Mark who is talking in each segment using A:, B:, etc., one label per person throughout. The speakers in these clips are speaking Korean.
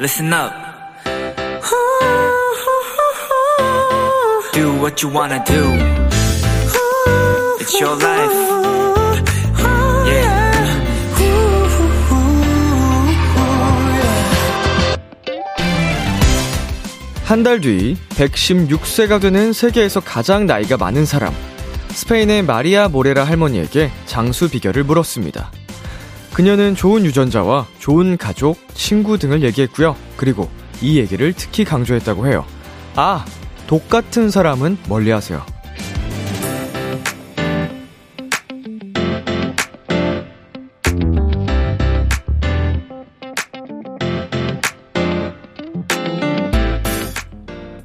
A: Listen up. Do what you wanna do. It's your life. Yeah.
B: 한 달 뒤 116세가 되는 세계에서 가장 나이가 많은 사람 스페인의 마리아 모레라 할머니에게 장수 비결을 물었습니다. 그녀는 좋은 유전자와 좋은 가족, 친구 등을 얘기했고요. 그리고 이 얘기를 특히 강조했다고 해요. 아, 독 같은 사람은 멀리하세요.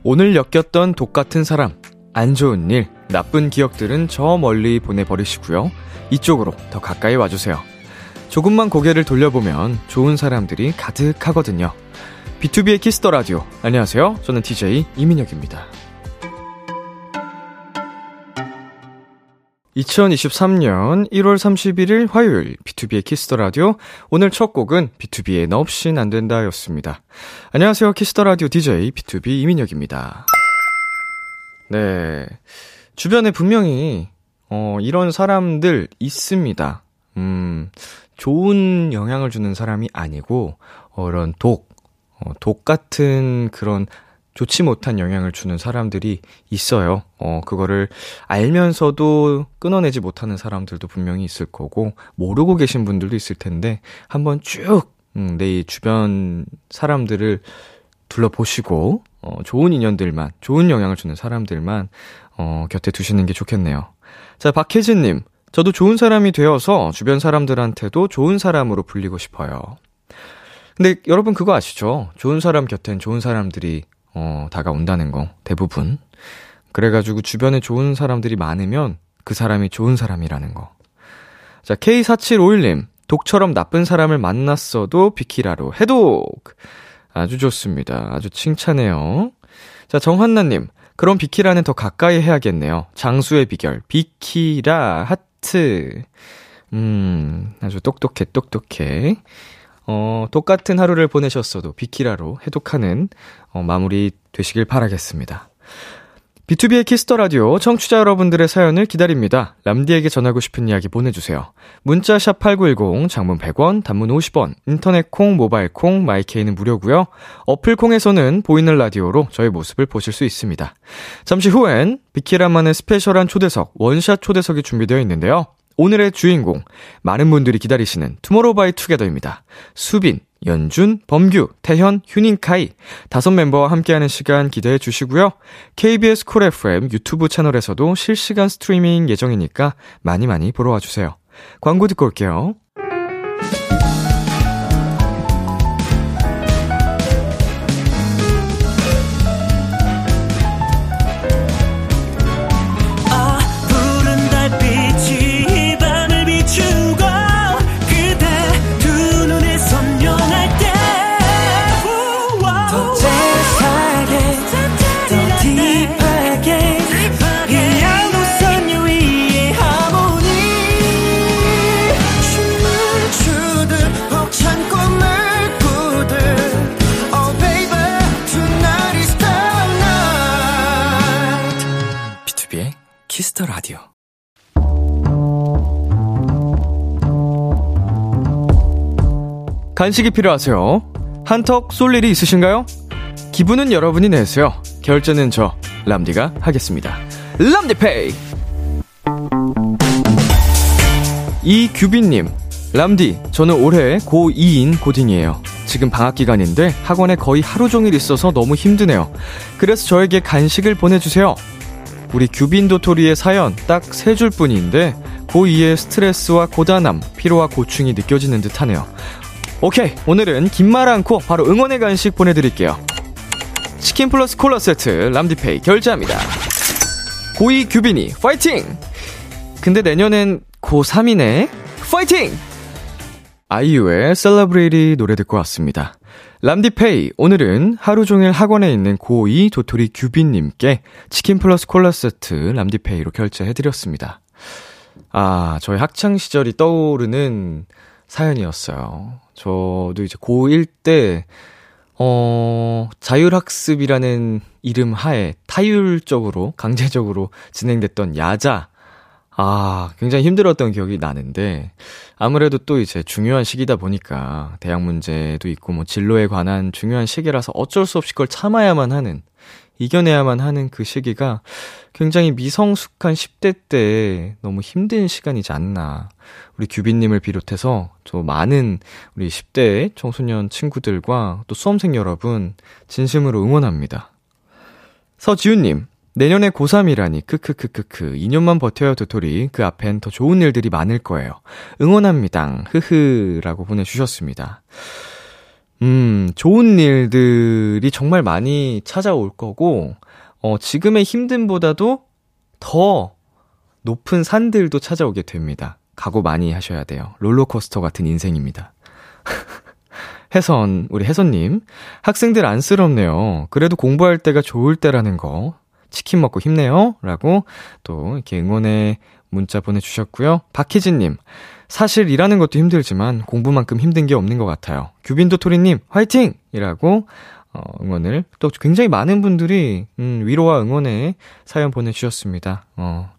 B: 오늘 엮였던 독 같은 사람, 안 좋은 일, 나쁜 기억들은 저 멀리 보내버리시고요. 이쪽으로 더 가까이 와주세요. 조금만 고개를 돌려보면 좋은 사람들이 가득하거든요. B2B의 키스터 라디오. 안녕하세요. 저는 DJ 이민혁입니다. 2023년 1월 31일 화요일 B2B의 키스터 라디오 오늘 첫 곡은 B2B의 너 없인 안 된다였습니다. 안녕하세요. 키스터 라디오 DJ B2B 이민혁입니다. 네. 주변에 분명히 어 이런 사람들 있습니다. 음. 좋은 영향을 주는 사람이 아니고 어 이런 독, 어, 독 같은 그런 좋지 못한 영향을 주는 사람들이 있어요. 어, 그거를 알면서도 끊어내지 못하는 사람들도 분명히 있을 거고, 모르고 계신 분들도 있을 텐데, 한번 쭉, 음, 내이 주변 사람들을 둘러보시고, 어, 좋은 인연들만, 좋은 영향을 주는 사람들만, 어, 곁에 두시는 게 좋겠네요. 자, 박혜진님. 저도 좋은 사람이 되어서 주변 사람들한테도 좋은 사람으로 불리고 싶어요. 근데 여러분 그거 아시죠? 좋은 사람 곁엔 좋은 사람들이 어, 다가온다는 거 대부분. 그래가지고 주변에 좋은 사람들이 많으면 그 사람이 좋은 사람이라는 거. 자 K4751님 독처럼 나쁜 사람을 만났어도 비키라로 해독. 아주 좋습니다. 아주 칭찬해요. 자 정한나님 그럼 비키라는 더 가까이 해야겠네요. 장수의 비결 비키라 하트. 음 아주 똑똑해 똑똑해. 어, 똑같은 하루를 보내셨어도 비키라로 해독하는 어, 마무리 되시길 바라겠습니다. B2B의 키스터 라디오 청취자 여러분들의 사연을 기다립니다. 람디에게 전하고 싶은 이야기 보내주세요. 문자 샵 #8910 장문 100원, 단문 50원, 인터넷 콩, 모바일 콩, 마이케이는 무료고요. 어플 콩에서는 보이는 라디오로 저희 모습을 보실 수 있습니다. 잠시 후엔 비키라만의 스페셜한 초대석 원샷 초대석이 준비되어 있는데요. 오늘의 주인공 많은 분들이 기다리시는 투모로우바이투게더입니다. 수빈, 연준, 범규, 태현, 휴닝카이 다섯 멤버와 함께하는 시간 기대해 주시고요. KBS 쿨 FM 유튜브 채널에서도 실시간 스트리밍 예정이니까 많이 많이 보러 와주세요. 광고 듣고 올게요.
C: 푸른 달빛이 이 밤을 비추고 그대 두 눈이 선명할 때더 재사하게 더 딥하게 이 양도선 유위의 하모니 춤을 추듯 벅찬 꿈을 꾸듯 Oh baby tonight is the night
A: B2B의 키스터 라디오.
B: 간식이 필요하세요? 한턱 쏠 일이 있으신가요? 기분은 여러분이 내세요. 결제는 저 람디가 하겠습니다. 람디페이. 이규빈님, 람디, 저는 올해 고2인 고딩이에요. 지금 방학 기간인데 학원에 거의 하루 종일 있어서 너무 힘드네요. 그래서 저에게 간식을 보내주세요. 우리 규빈 도토리의 사연 딱 세 줄 뿐인데 고2의 스트레스와 고단함, 피로와 고충이 느껴지는 듯하네요. 오케이 오늘은 긴 말 않고 바로 응원의 간식 보내드릴게요 치킨 플러스 콜라 세트 람디페이 결제합니다 고이 규빈이 파이팅 근데 내년엔 고3이네 파이팅 아이유의 셀러브레이리 노래 듣고 왔습니다 람디페이 오늘은 하루 종일 학원에 있는 고2 도토리 규빈님께 치킨 플러스 콜라 세트 람디페이로 결제해드렸습니다 아, 저희 학창 시절이 떠오르는 사연이었어요. 저도 이제 고1 때, 어, 자율학습이라는 이름 하에 타율적으로, 강제적으로 진행됐던 야자. 아, 굉장히 힘들었던 기억이 나는데, 아무래도 또 이제 중요한 시기다 보니까, 대학 문제도 있고, 뭐, 진로에 관한 중요한 시기라서 어쩔 수 없이 그걸 참아야만 하는, 이겨내야만 하는 그 시기가 굉장히 미성숙한 10대 때 너무 힘든 시간이지 않나. 우리 규빈님을 비롯해서 저 많은 우리 10대 청소년 친구들과 또 수험생 여러분 진심으로 응원합니다. 서지훈님, 내년에 고3이라니, 크크크크크. 2년만 버텨요, 도토리. 그 앞엔 더 좋은 일들이 많을 거예요. 응원합니다. 흐흐. 라고 보내주셨습니다. 음, 좋은 일들이 정말 많이 찾아올 거고, 어, 지금의 힘듦보다도 더 높은 산들도 찾아오게 됩니다. 각오 많이 하셔야 돼요. 롤러코스터 같은 인생입니다. 혜선, 우리 혜선님. 학생들 안쓰럽네요. 그래도 공부할 때가 좋을 때라는 거. 치킨 먹고 힘내요. 라고 또 이렇게 응원의 문자 보내주셨고요. 박희진님. 사실 일하는 것도 힘들지만 공부만큼 힘든 게 없는 것 같아요. 규빈도토리님, 화이팅! 이라고 어, 응원을 또 굉장히 많은 분들이 음, 위로와 응원의 사연 보내주셨습니다. 어.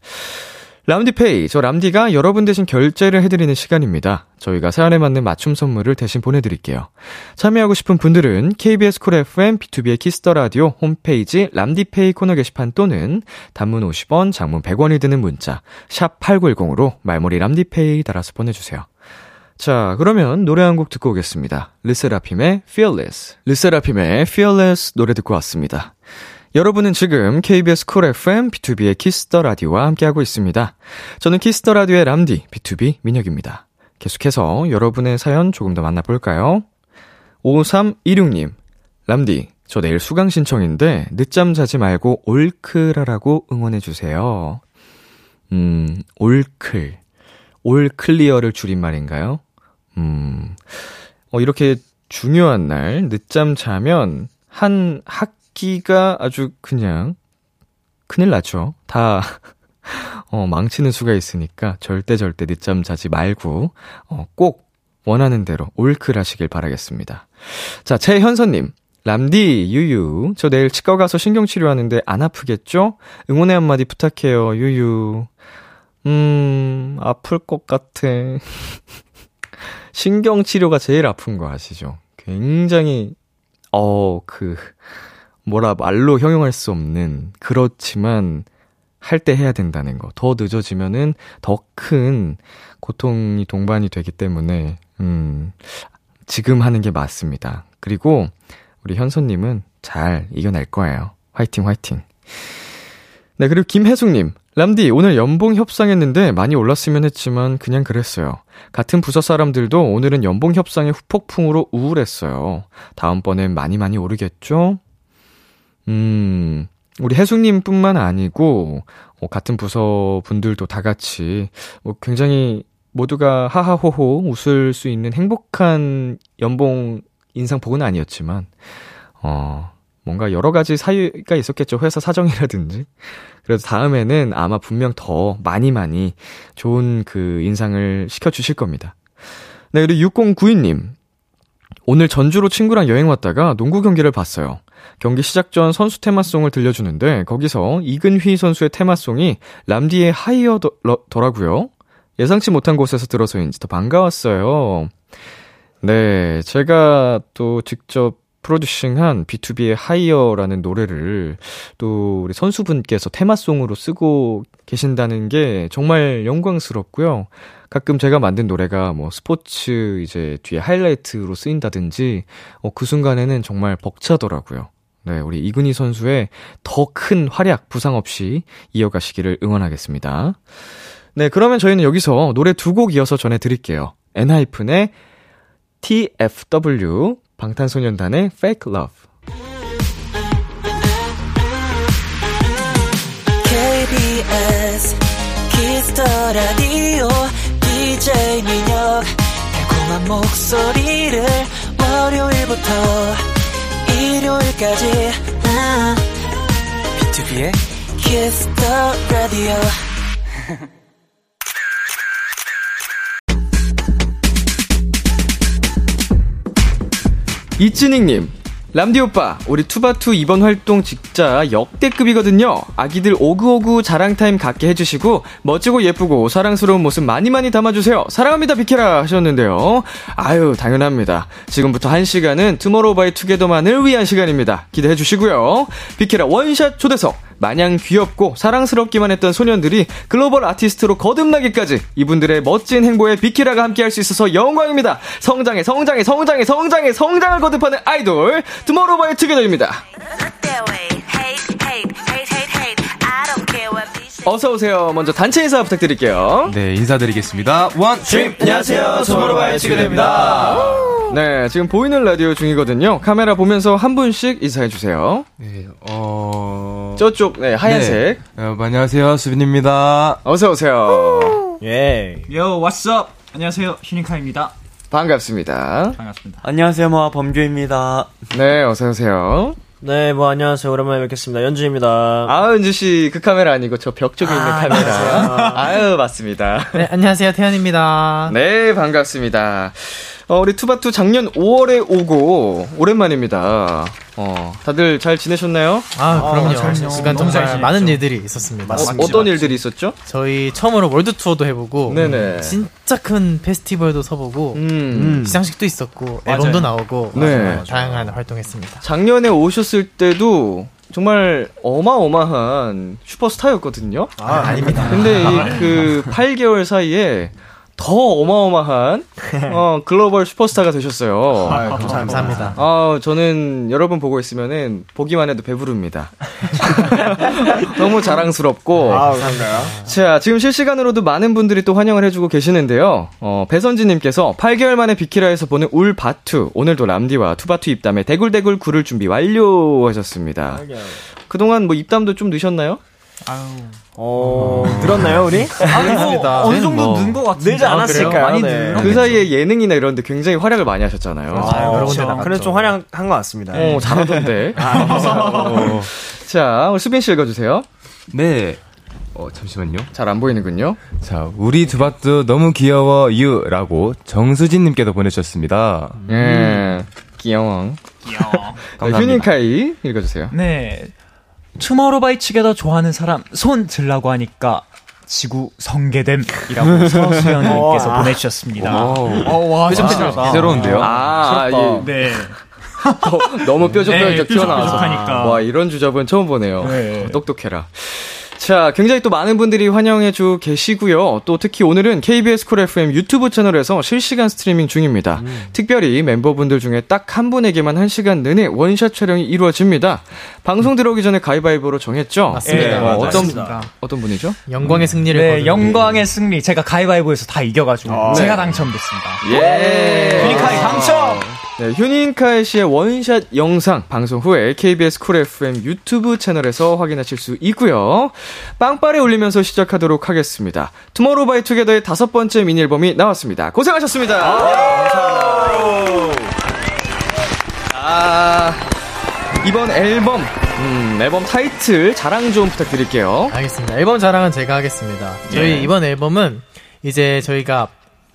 B: 람디페이, 저 람디가 여러분 대신 결제를 해드리는 시간입니다. 저희가 사연에 맞는 맞춤 선물을 대신 보내드릴게요. 참여하고 싶은 분들은 KBS 쿨 FM B2B의 키스터 라디오 홈페이지 람디페이 코너 게시판 또는 단문 50원, 장문 100원이 드는 문자 샵 #8910으로 말머리 람디페이 달아서 보내주세요. 자, 그러면 노래 한 곡 듣고 오겠습니다. 르세라핌의 Fearless. 르세라핌의 Fearless 노래 듣고 왔습니다. 여러분은 지금 KBS 쿨 FM B2B의 키스터 라디오와 함께하고 있습니다. 저는 키스터 라디오의 람디 B2B 민혁입니다. 계속해서 여러분의 사연 조금 더 만나볼까요? 5326님, 람디, 저 내일 수강 신청인데 늦잠 자지 말고 올크라라고 응원해주세요. 음, 올클. 올 클리어를 줄인 말인가요? 음, 어, 이렇게 중요한 날, 늦잠 자면, 한 학기가 아주 그냥, 큰일 나죠. 다, 어, 망치는 수가 있으니까, 절대 절대 늦잠 자지 말고, 어, 꼭, 원하는 대로 올클 하시길 바라겠습니다. 자, 최현선님. 람디, 유유. 저 내일 치과 가서 신경치료하는데 안 아프겠죠? 응원의 한마디 부탁해요, 유유. 음, 아플 것 같아. 신경치료가 제일 아픈 거 아시죠? 굉장히, 어, 그, 뭐라 말로 형용할 수 없는, 그렇지만, 할 때 해야 된다는 거. 더 늦어지면은 더 큰 고통이 동반이 되기 때문에, 음, 지금 하는 게 맞습니다. 그리고, 우리 현서님은 잘 이겨낼 거예요. 화이팅, 화이팅. 네, 그리고 김혜숙님. 람디, 오늘 연봉 협상했는데 많이 올랐으면 했지만 그냥 그랬어요. 같은 부서 사람들도 오늘은 연봉 협상의 후폭풍으로 우울했어요. 다음번엔 많이 많이 오르겠죠? 음, 우리 혜숙님 뿐만 아니고, 어, 같은 부서 분들도 다 같이, 뭐 굉장히 모두가 하하호호 웃을 수 있는 행복한 연봉 인상폭은 아니었지만, 어, 뭔가 여러 가지 사유가 있었겠죠. 회사 사정이라든지. 그래서 다음에는 아마 분명 더 많이 많이 좋은 그 인상을 시켜주실 겁니다. 네, 그리고 6092님. 오늘 전주로 친구랑 여행 왔다가 농구 경기를 봤어요. 경기 시작 전 선수 테마송을 들려주는데 거기서 이근휘 선수의 테마송이 람디의 하이어더라고요. 예상치 못한 곳에서 들어서인지 더 반가웠어요. 네, 제가 또 직접 프로듀싱한 B2B의 하이어라는 노래를 또 우리 선수분께서 테마송으로 쓰고 계신다는 게 정말 영광스럽고요. 가끔 제가 만든 노래가 뭐 스포츠 이제 뒤에 하이라이트로 쓰인다든지 어, 그 순간에는 정말 벅차더라고요. 네, 우리 이근희 선수의 더 큰 활약 부상 없이 이어가시기를 응원하겠습니다. 네, 그러면 저희는 여기서 노래 두 곡 이어서 전해드릴게요. 엔하이픈의 TFW 방탄소년단의 Fake Love
C: KBS 키스터 라디오 DJ 민혁 달콤한 목소리를 월요일부터 일요일까지 아,
A: B2B의
C: 키스터 라디오
B: 이진익님 람디 오빠, 우리 투바투 이번 활동 진짜 역대급이거든요. 아기들 오구오구 자랑타임 갖게 해주시고, 멋지고 예쁘고 사랑스러운 모습 많이 많이 담아주세요. 사랑합니다, 비케라. 하셨는데요. 아유, 당연합니다. 지금부터 한 시간은 투모로우 바이 투게더만을 위한 시간입니다. 기대해 주시고요. 비케라 원샷 초대석. 마냥 귀엽고 사랑스럽기만 했던 소년들이 글로벌 아티스트로 거듭나기까지 이분들의 멋진 행보에 비키라가 함께할 수 있어서 영광입니다. 성장해 성장해 성장해 성장해 성장을 거듭하는 아이돌 투모로우바이 투게더입니다. 어서 오세요. 먼저 단체 인사 부탁드릴게요.
D: 네, 인사드리겠습니다. 원, stream.
E: 네, 안녕하세요. 투모로우바이 투게더입니다.
B: 네, 지금 보이는 라디오 중이거든요. 카메라 보면서 한 분씩 인사해 주세요.
D: 네, 어.
B: 저쪽 네, 하얀색.
D: 네. 어, 안녕하세요, 수빈입니다.
B: 어서 오세요.
E: 예.
F: 요, 왓썹! 안녕하세요. 휴닝카입니다.
B: 반갑습니다.
F: 반갑습니다.
G: 안녕하세요, 모아 범규입니다.
B: 네, 어서
E: 뭐,
B: 오세요.
E: 네, 뭐 안녕하세요. 오랜만에 뵙겠습니다. 연주입니다.
B: 아, 은주 씨, 그 카메라 아니고 저 벽 쪽에 있는 카메라. 아유, 맞습니다.
H: 네, 안녕하세요. 태현입니다.
B: 네, 반갑습니다. 어, 우리 투바투 작년 5월에 오고, 오랜만입니다. 어, 다들 잘 지내셨나요?
H: 아, 그럼요. 그간 정말 많은 일들이 있었습니다.
B: 어, 어떤 일들이 있었죠?
H: 저희 처음으로 월드 투어도 해보고,
B: 네네.
H: 진짜 큰 페스티벌도 서보고,
B: 음.
H: 시상식도 있었고, 앨범도 나오고,
B: 네.
H: 다양한 활동했습니다.
B: 작년에 오셨을 때도 정말 어마어마한 슈퍼스타였거든요.
H: 아, 닙니다
B: 근데 이 그 8개월 사이에 더 어마어마한 어, 글로벌 슈퍼스타가
H: 아,
B: 되셨어요.
H: 네, 감사합니다.
B: 아, 저는 여러분 보고 있으면은 보기만 해도 배부릅니다. 너무 자랑스럽고. 자, 지금 실시간으로도 많은 분들이 또 환영을 해주고 계시는데요. 어, 배선지님께서 8개월 만에 비키라에서 보는 울 바투. 오늘도 람디와 투바투 입담에 대굴대굴 구를 준비 완료하셨습니다. 그동안 뭐 입담도 좀 넣으셨나요?
E: 어, 들었나요, 우리?
H: 감사합니다.
F: 어느 정도 는것 같은데.
E: 늘지 않았을까요?
F: 많이
E: 네.
F: 늘.
B: 그 사이에 예능이나 이런 데 굉장히 활약을 많이 하셨잖아요.
H: 여러 군데
E: 그렇죠.
H: 나갔죠.
E: 그래도 좀 활약한 것 같습니다.
B: 어, 잘하던데. 아, 어. 자, 우리 수빈 씨 읽어주세요.
D: 네. 어, 잠시만요.
B: 잘 안 보이는군요.
D: 자, 우리 두바도 너무 귀여워, 유라고 정수진님께도 보내주셨습니다.
H: 음.
B: 예. 귀여워.
F: 귀여워.
D: 감사합니다.
B: 휴닝카이 읽어주세요.
H: 아,
F: 네. 투모로바이 측에다 좋아하는 사람 손 들라고 하니까 지구 성계됨이라고 서수연님께서 보내주셨습니다.
H: 아,
D: 와, 새로운데요?
B: 아, 예.
F: 네.
B: 더, 너무 뾰족뾰족
F: 네,
B: 튀어나와서.
F: 뾰족뾰족하니까.
B: 와, 이런 주접은 처음 보네요.
F: 네.
B: 어, 똑똑해라. 자, 굉장히 또 많은 분들이 환영해 주 계시고요. 또 특히 오늘은 KBS 콜 FM 유튜브 채널에서 실시간 스트리밍 중입니다.
H: 음.
B: 특별히 멤버분들 중에 딱 한 분에게만 한 시간 내내 원샷 촬영이 이루어집니다. 방송 들어오기 전에 가위바위보로 정했죠?
H: 네, 맞습니다.
B: 예, 어, 어떤
F: 맞습니다.
B: 어떤 분이죠?
H: 영광의 승리를
F: 네,
H: 거두는 아, 네.
F: 영광의 승리. 제가 가위바위보에서 다 이겨가지고 제가 당첨됐습니다.
B: 예.
F: 휴닝카이 당첨!
B: 네, 휴닝카이 씨의 원샷 영상 방송 후에 KBS 쿨 FM 유튜브 채널에서 확인하실 수 있고요. 빵빠레 올리면서 시작하도록 하겠습니다. 투모로우바이투게더의 다섯 번째 미니 앨범이 나왔습니다. 고생하셨습니다. 아, 이번 앨범 음, 앨범 타이틀 자랑 좀 부탁드릴게요.
H: 알겠습니다. 앨범 자랑은 제가 하겠습니다.
F: 예.
H: 저희 이번 앨범은 이제 저희가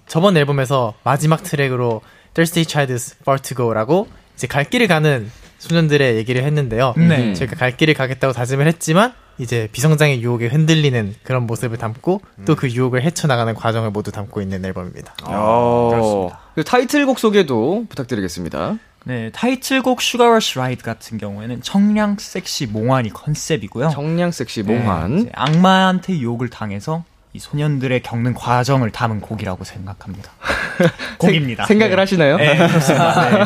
H: 저번 앨범에서 마지막 트랙으로 Thirsty Child's Far to Go라고 이제 갈 길을 가는 소년들의 얘기를 했는데요.
F: 네.
H: 저희가 갈 길을 가겠다고 다짐을 했지만 이제 비성장의 유혹에 흔들리는 그런 모습을 담고
F: 음.
H: 또 그 유혹을 헤쳐나가는 과정을 모두 담고 있는 앨범입니다.
F: 아,
B: 그 타이틀곡 소개도 부탁드리겠습니다.
F: 네, 타이틀곡 Sugar Rush Ride 같은 경우에는 청량 섹시 몽환이 컨셉이고요.
B: 정량 섹시
F: 네,
B: 몽환.
F: 이제 악마한테 유혹을 당해서 이 소년들의 겪는 과정을 담은 곡이라고 생각합니다. 곡입니다.
B: 생, 각을
F: 네.
B: 하시나요?
F: 네, 그렇습니다. 네.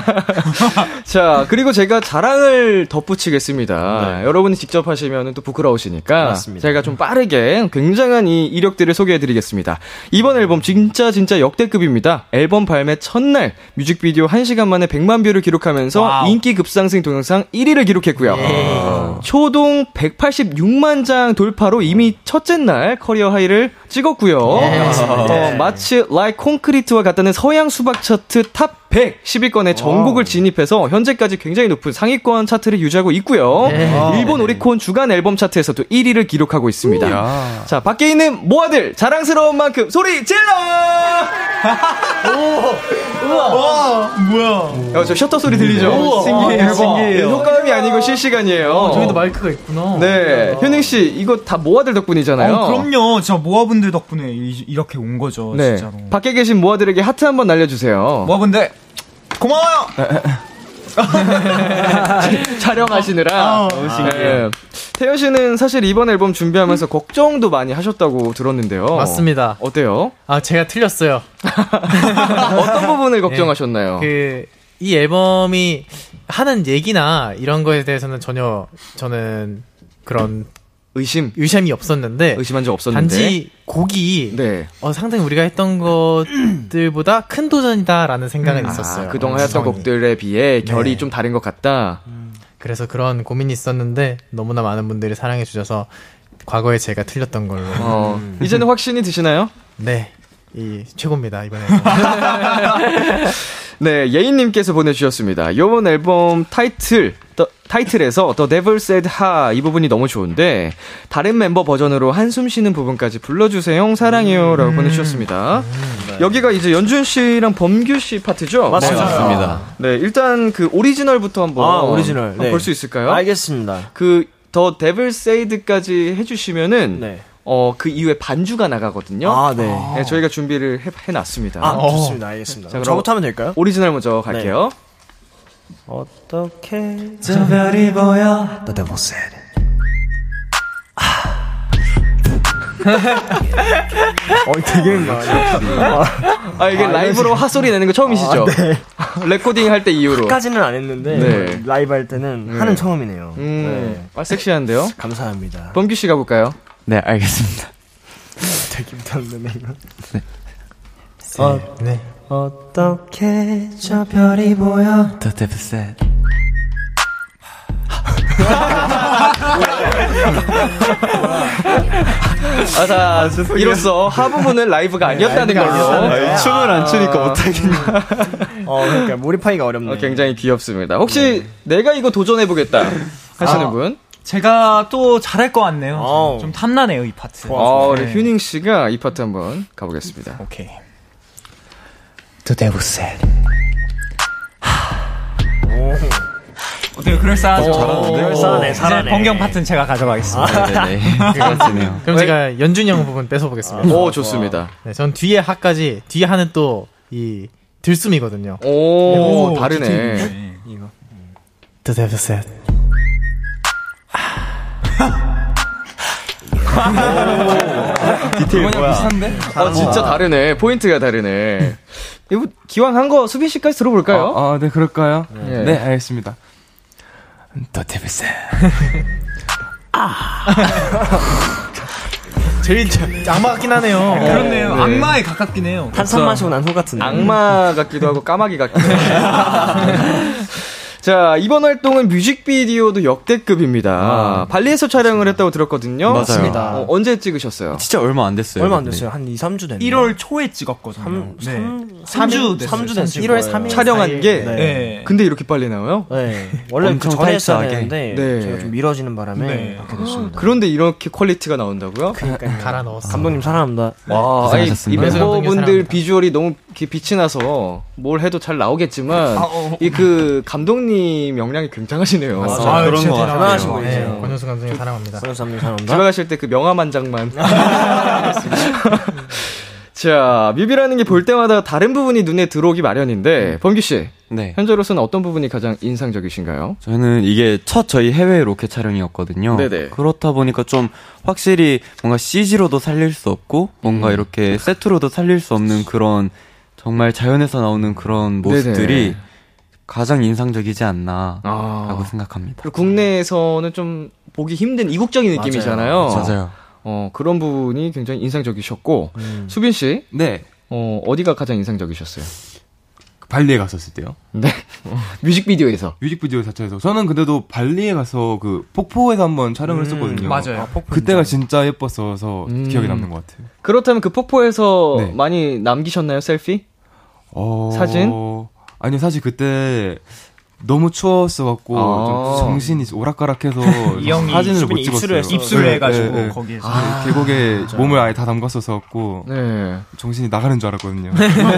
B: 자, 그리고 제가 자랑을 덧붙이겠습니다.
F: 네.
B: 여러분이 직접 하시면 또 부끄러우시니까
E: 맞습니다.
B: 제가 좀 빠르게 굉장한 이 이력들을 소개해드리겠습니다. 이번 앨범 진짜 진짜 역대급입니다. 앨범 발매 첫날 뮤직비디오 1시간 만에 100만 뷰를 기록하면서
F: 와우.
B: 인기 급상승 동영상 1위를 기록했고요.
F: 예.
B: 초동 186만 장 돌파로 이미 첫째 날 커리어 하이를 네, 찍었고요. 어, 마치 라이 콘크리트와 같다는 서양 수박 차트 탑 110위권에 전곡을 진입해서 현재까지 굉장히 높은 상위권 차트를 유지하고 있고요. 어, 일본 오리콘 주간 앨범 차트에서도 1위를 기록하고 있습니다. 자, 밖에 있는 모아들 자랑스러운 만큼 소리 질러! 어,
F: 어,
B: 야, 어, 저 셔터 소리 들리죠? 신기해요. 신기해요. 아, 효과음이 아니고 실시간이에요.
H: 저희도 마이크가 있구나.
B: 네, 효닝 씨 이거 다 모아들 덕분이잖아요.
F: 어, 그럼요. 저 모아분들 덕분에 이, 렇게온 거죠.
B: 네,
F: 진짜로.
B: 밖에 계신 모아들에게 하트 한번 날려주세요.
F: 모아분들 고마워요.
B: 네.
H: 어,
B: 촬영하시느라. 네. 태연 씨는 사실 이번 앨범 준비하면서 걱정도 많이 하셨다고 들었는데요.
H: 음?
F: 어.
H: 맞습니다.
B: 어때요?
H: 아, 제가 틀렸어요.
B: 어떤 부분을 걱정하셨나요?
H: 예. 그, 이 앨범이 하는 얘기나 이런 거에 대해서는 전혀 저는 그런
B: 의심,
H: 의심이 없었는데,
B: 의심한 적 없었는데.
H: 단지 곡이
B: 네.
H: 어, 상당히 우리가 했던 것들보다 큰 도전이다라는 생각은 있었어요.
B: 아, 그동안 했던 곡들에 비해 결이
H: 네. 음.
B: 좀 다른 것 같다.
H: 그래서 그런 고민이 있었는데 너무나 많은 분들이 사랑해 주셔서 과거에 제가 틀렸던 걸로
B: 어, 이제는 확신이 드시나요?
H: 네. 이 최고입니다 이번에
B: 네, 예인님께서 보내주셨습니다. 요번 앨범 타이틀, 더, 타이틀에서 The Devil Said Ha 이 부분이 너무 좋은데, 다른 멤버 버전으로 한숨 쉬는 부분까지 불러주세요. 사랑해요.
E: 음.
B: 라고 보내주셨습니다. 여기가 이제 연준 씨랑 범규 씨 파트죠?
E: 네. 맞습니다.
B: 네, 네, 일단 그 오리지널부터 한번
E: 아, 오리지널. 네.
B: 볼 수 있을까요?
E: 알겠습니다.
B: 그, 더 데블 세이드까지 해주시면은,
E: 네.
B: 어, 그 이후에 반주가 나가거든요.
E: 아, 네.
B: 네, 저희가 준비를 해, 해놨습니다.
E: 아, 좋습니다. 알겠습니다.
B: 자, 그럼-
E: 저부터 하면 될까요?
B: 오리지널 먼저 갈게요.
E: 네. 어떻게
G: 저 별이 보여 너대 못 세네
E: 어,
B: 아 이게 라이브로 핫소리 내는 거 처음이시죠? 레코딩 할 때 이후로.
E: 아, 네. 까지는 안 했는데
B: 네.
E: 라이브 할 때는 하는 처음이네요.
B: 음,
E: 네.
B: 아, 섹시한데요?
E: 감사합니다.
B: 범규 씨 가볼까요?
G: 네 알겠습니다
E: 되게 부담되네 이거.
H: 네.
E: 어떻게 저 별이 보여?
G: 너대 못 세네
B: 아, 자, 이로써 하부분은 라이브가 아니었다는 걸로.
G: 아, 춤을 안 추니까 못하겠네
E: 어, 그러니까 몰입하기가 어렵네.
B: 어, 굉장히 귀엽습니다. 혹시 내가 이거 도전해보겠다 하시는 분?
F: 제가 또 잘할 것 같네요.
E: 아우.
F: 좀 탐나네요 이 파트.
B: 아, 우리
F: 네.
B: 휴닝 씨가 이 파트 한번 가보겠습니다.
F: 오케이.
G: 너대 못 세네
F: 어때요? 어. 그럴싸하죠.
E: 그럴싸하네, 살아네.
F: 번경 파트는 제가 가져가겠습니다.
G: 네네
H: 그럼 제가 연준이 형 부분 뺏어보겠습니다
B: 오, 좋습니다.
H: 네, 전 뒤에 하까지 뒤에 하는 또 이 들숨이거든요
B: 오, 다르네.
H: 드세요
G: 디테일 뭐야
B: 아, 진짜 다르네. 포인트가 다르네. 이거 기왕 한 거 수빈 씨까지 들어볼까요?
D: 아, 네, 그럴까요?
B: 네.
D: 네, 알겠습니다.
G: 너대 못 세네
H: 제일 자- 악마 같긴 하네요
F: 그렇네요. 악마에 가깝긴 해요.
E: 탄산 마시고 난 후 같은데.
B: 네. 악마 같기도 하고 까마귀 같기도 하고. 자, 이번 활동은 뮤직비디오도 역대급입니다. 발리에서 촬영을 했다고 들었거든요.
G: 아. 맞습니다. 아,
B: 어, 언제 찍으셨어요?
G: 진짜 얼마 안 됐어요
E: 얼마 안 됐어요. 한 2, 3주 됐네.
F: 1월 초에 찍었거든요. 네. 3주 됐어요.
E: 3주 됐어요.
H: 1월 3일
B: 촬영한 게
E: 네.
F: 네.
B: 근데 이렇게 빨리 나와요?
E: 네. 원래 그
G: 엄청
E: 전에 했어야
G: 타이트하게.
E: 되는데
B: 네.
E: 제가 좀 미뤄지는 바람에
F: 네.
E: 이렇게 됐습니다.
B: 그런데 이렇게 퀄리티가 나온다고요?
H: 갈아 넣었어
E: 감독님 사랑합니다.
B: 와, 아니, 이
G: 그- 고생하셨습니다.
B: 멤버분들
H: 사랑합니다.
B: 비주얼이 너무 이렇게 빛이 나서 뭘 해도 잘 나오겠지만
G: 아, 어,
B: 이 그 감독님 역량이 굉장하시네요.
G: 아, 그런 거 같아요.
E: 대단하신 분이세요.
H: 권현수 감독님 사랑합니다
E: 권현수 감독님
B: 집에
E: 사랑합니다.
B: 가실 때 그 명함 한 장만. 자, 뮤비라는 게 볼 때마다 다른 부분이 눈에 들어오기 마련인데, 범규 씨,
G: 네
B: 현재로서는 어떤 부분이 가장 인상적이신가요?
G: 저희는 이게 첫 저희 해외 로켓 촬영이었거든요.
B: 네네.
G: 그렇다 보니까 좀 확실히 뭔가 CG로도 살릴 수 없고
D: 음.
G: 뭔가 이렇게 세트로도 살릴 수 없는 그런 정말 자연에서 나오는 그런 모습들이
B: 네네.
G: 가장 인상적이지 않나
B: 아.
G: 라고 생각합니다.
B: 그리고 국내에서는 좀 보기 힘든 이국적인 느낌이잖아요.
G: 맞아요.
B: 어, 그런 부분이 굉장히 인상적이셨고, 수빈 씨,
D: 네. 그
B: 어, 어디가 가장 인상적이셨어요?
D: 발리에 갔었을 때요.
B: 네. 뮤직비디오에서.
D: 뮤직비디오 자체에서. 저는 그래도 발리에 가서 그 폭포에서 한번
G: 음.
D: 촬영을 했었거든요.
F: 맞아요.
D: 그때가 진짜 예뻤어서
B: 음.
D: 기억에 남는 것 같아요.
B: 그렇다면 그 폭포에서
D: 네.
B: 많이 남기셨나요, 셀피?
D: 어...
B: 사진?
D: 아니요 사실 그때 너무 추웠어갖고
B: 아.
D: 좀 정신이 오락가락해서
I: 이 형이
D: 사진을 못
I: 수빈이 입술을
D: 찍었어요.
I: 했어.
F: 음,
I: 입술을 해가지고
D: 네, 네.
I: 거기에서.
F: 아,
D: 그 계곡에 몸을 아예 다 담갔었었고
B: 네.
D: 정신이 나가는 줄 알았거든요.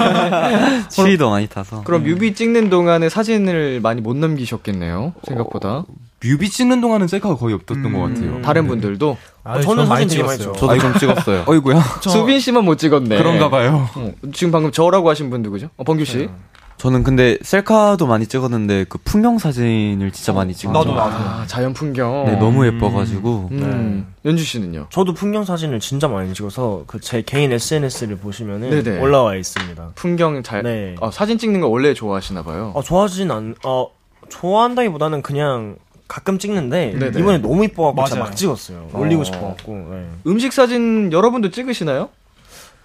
D: 네.
B: 추위도
D: 많이 타서.
B: 그럼 뮤비 찍는 동안에 사진을 많이 못 남기셨겠네요. 생각보다.
D: 어, 뮤비 찍는 동안은 셀카가 거의 없었던 것
I: 음.
D: 같아요.
B: 다른 분들도.
F: 아, 저는 사진 되게 많이 찍어요.
D: 저도 좀 찍었어요. 어이구야.
B: 수빈 씨만 못 찍었네.
D: 그런가 봐요. 네.
B: 어, 지금 방금 저라고 하신 분 누구죠? 어, 범규 씨.
D: 저는 근데 셀카도 많이 찍었는데 그 풍경 사진을 진짜 많이 찍었어요.
I: 나도 나도.
B: 아, 자연 풍경.
D: 네, 너무 네. 예뻐가지고.
B: 음. 연주 씨는요?
F: 저도 풍경 사진을 진짜 많이 찍어서 그 제 개인 SNS를 보시면은
B: 네네.
F: 올라와 있습니다.
B: 풍경 잘
F: 네.
B: 어, 사진 찍는 거 원래 좋아하시나 봐요.
F: 아, 좋아하진 않, 어, 좋아한다기보다는 그냥 가끔 찍는데
B: 네네.
F: 이번에 너무 이뻐갖고 진짜
I: 맞아요.
F: 막 찍었어요. 올리고 싶어갖고. 네.
B: 음식 사진 여러분도 찍으시나요?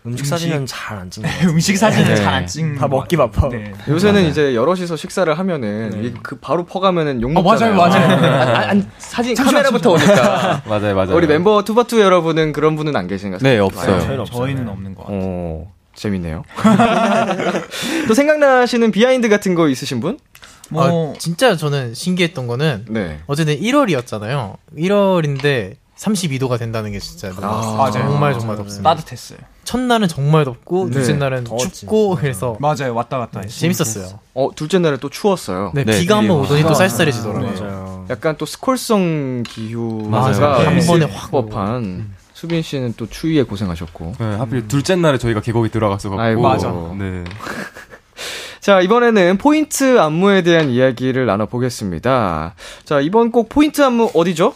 F: 음식
I: 음식-
F: 사진은 잘 안 찍는 것 같아요.
I: 음식 사진을
D: 네.
I: 잘 안 찍는
F: 다
I: 것
F: 먹기
I: 같아요.
F: 바빠.
I: 네.
B: 요새는 이제 여럿이서 식사를 하면은
D: 네.
B: 이게 그 바로 퍼가면은 욕
I: 어, 맞아요,
B: 먹잖아요.
I: 맞아요.
B: 아, 아, 아니, 사진 카메라부터 오니까.
D: 맞아요, 맞아요.
B: 우리 멤버 투바투 여러분은 그런 분은 안 계신가요?
D: 네, 없어요.
F: 저희는 없어요.
I: 저희는 없는 것 같아요.
B: 어, 재밌네요. 또 생각나시는 비하인드 같은 거 있으신 분?
I: 뭐
H: 아, 진짜 저는 신기했던 거는
B: 네.
H: 어제는 1월이었잖아요. 1월인데 32도가 된다는 게 진짜 놀랐어요.
I: 맞아요.
H: 정말 정말 덥습니다.
I: 따뜻했어요.
H: 첫날은 정말 덥고
B: 네.
H: 둘째 날은
F: 더웠지.
H: 춥고 그래서
I: 맞아요, 왔다 갔다
F: 네.
I: 했어요.
H: 재밌었어요.
B: 어, 둘째 날에 또 추웠어요.
H: 네,
D: 네,
H: 비가 한번
D: 그게
H: 오더니 또
I: 맞아요.
H: 쌀쌀해지더라고요.
F: 네, 맞아요.
B: 약간 또 스콜성 기후가
D: 맞아요.
H: 한
B: 있을
H: 번에 확 오고.
B: 법한
F: 음.
B: 수빈 씨는 또 추위에 고생하셨고.
D: 네,
G: 음.
D: 하필 둘째 날에 저희가 계곡에 들어갔어갖고.
B: 아이고. 맞아.
D: 네.
B: 자, 이번에는 포인트 안무에 대한 이야기를 나눠보겠습니다. 자, 이번 곡 포인트 안무 어디죠?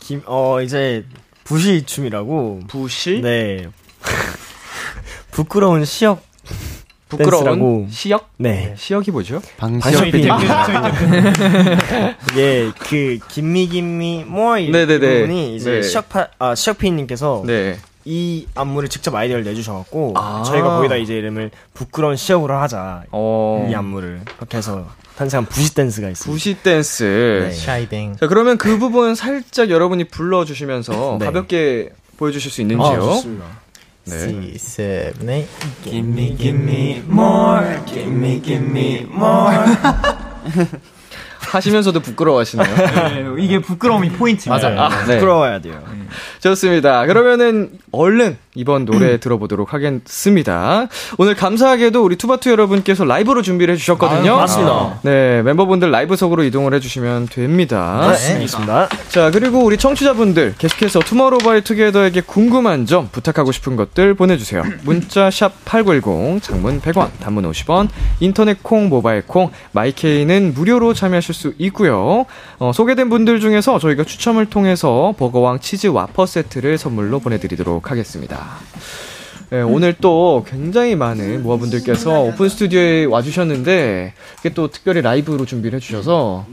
F: 김, 어, 이제 부시 춤이라고.
B: 부시?
F: 네. 부끄러운 시역.
B: 부끄러운
F: 댄스라고.
B: 시역?
F: 네.
B: 시역이 뭐죠?
I: 아,
D: 방시혁 PD.
F: 예, 그 김미 김미 모이
B: 네네네.
F: 분이 이제
B: 네.
F: 시혁파 아 시혁피님께서
B: 네.
F: 이 안무를 직접 아이디어를 내주셔갖고
B: 아.
F: 저희가 거기다 이제 이름을 부끄러운 시혁으로 하자
B: 어,
F: 이 안무를 그렇게 해서 탄생한 부시 댄스가 있습니다.
B: 부시 댄스.
F: 네.
H: 샤이뱅.
B: 자, 그러면 그 부분 살짝 여러분이 불러주시면서
F: 네.
B: 가볍게 보여주실 수 있는지요?
F: 아, 좋습니다.
B: 네.
H: 세븐에
D: Gimme, gimme more. Gimme, gimme more.
B: 하시면서도 부끄러워하시네요.
I: 네, 이게 부끄러움이 포인트예요.
H: 맞아요.
B: 아, 네.
F: 부끄러워야 돼요.
B: 좋습니다. 그러면은 얼른 이번 노래 들어보도록 하겠습니다. 오늘 감사하게도 우리 투바투 여러분께서 라이브로 준비를 해주셨거든요.
F: 아, 맞습니다.
B: 네, 멤버분들 라이브석으로 이동을 해주시면 됩니다.
F: 네. 알겠습니다.
B: 자, 그리고 우리 청취자분들 계속해서 투모로우바이투게더에게 궁금한 점, 부탁하고 싶은 것들 보내주세요. 문자 샵 #8910 장문 100원, 단문 50원, 인터넷 콩, 모바일 콩, 마이케이는 무료로 참여하실 수 있고요. 어, 소개된 분들 중에서 저희가 추첨을 통해서 버거왕 치즈 와퍼 세트를 선물로 보내드리도록 하겠습니다. 네,
F: 음.
B: 오늘 또 굉장히 많은 모아분들께서 오픈 스튜디오에 와주셨는데 이게 또 특별히 라이브로 준비를 해주셔서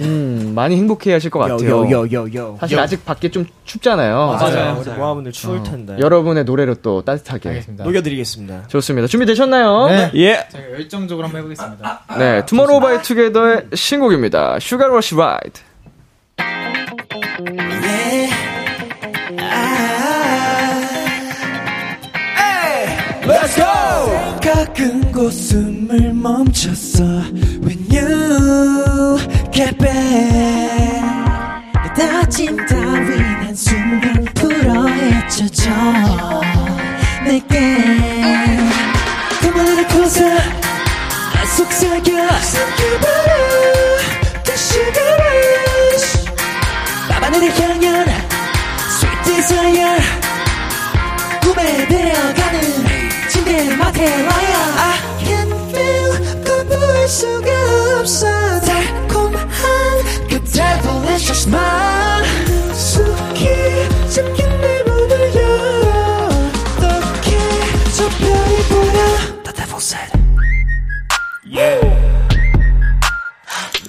B: 음, 많이 행복해하실 것 같아요.
F: 여여여여.
B: 사실 아직 밖에 좀 춥잖아요.
F: 맞아요. 우리 모아분들 추울 텐데.
B: 여러분의 노래로 또 따뜻하게.
H: 알겠습니다.
F: 녹여드리겠습니다.
B: 좋습니다. 준비되셨나요? 네.
F: 예.
H: 제가 열정적으로 한번 해보겠습니다.
B: 투모로우 바이 투게더의 신곡입니다. 슈가 러시 라이드.
C: 가끔 고숨을 멈췄어 When you get back 내 다짐 따윈 한순간 풀어 헤쳐져 내게 그만을 고사 아, 속삭여 숨겨버려 The sugar rush 밤하늘을 향한 Sweet desire 꿈에 내려가는 침대 맡에 와요 I can feel 거부할 수가 없어 달콤한 그 delicious smile 숙히 잠긴 내 문을 열어 어떻게 저 별이 보여 The devil said Yeah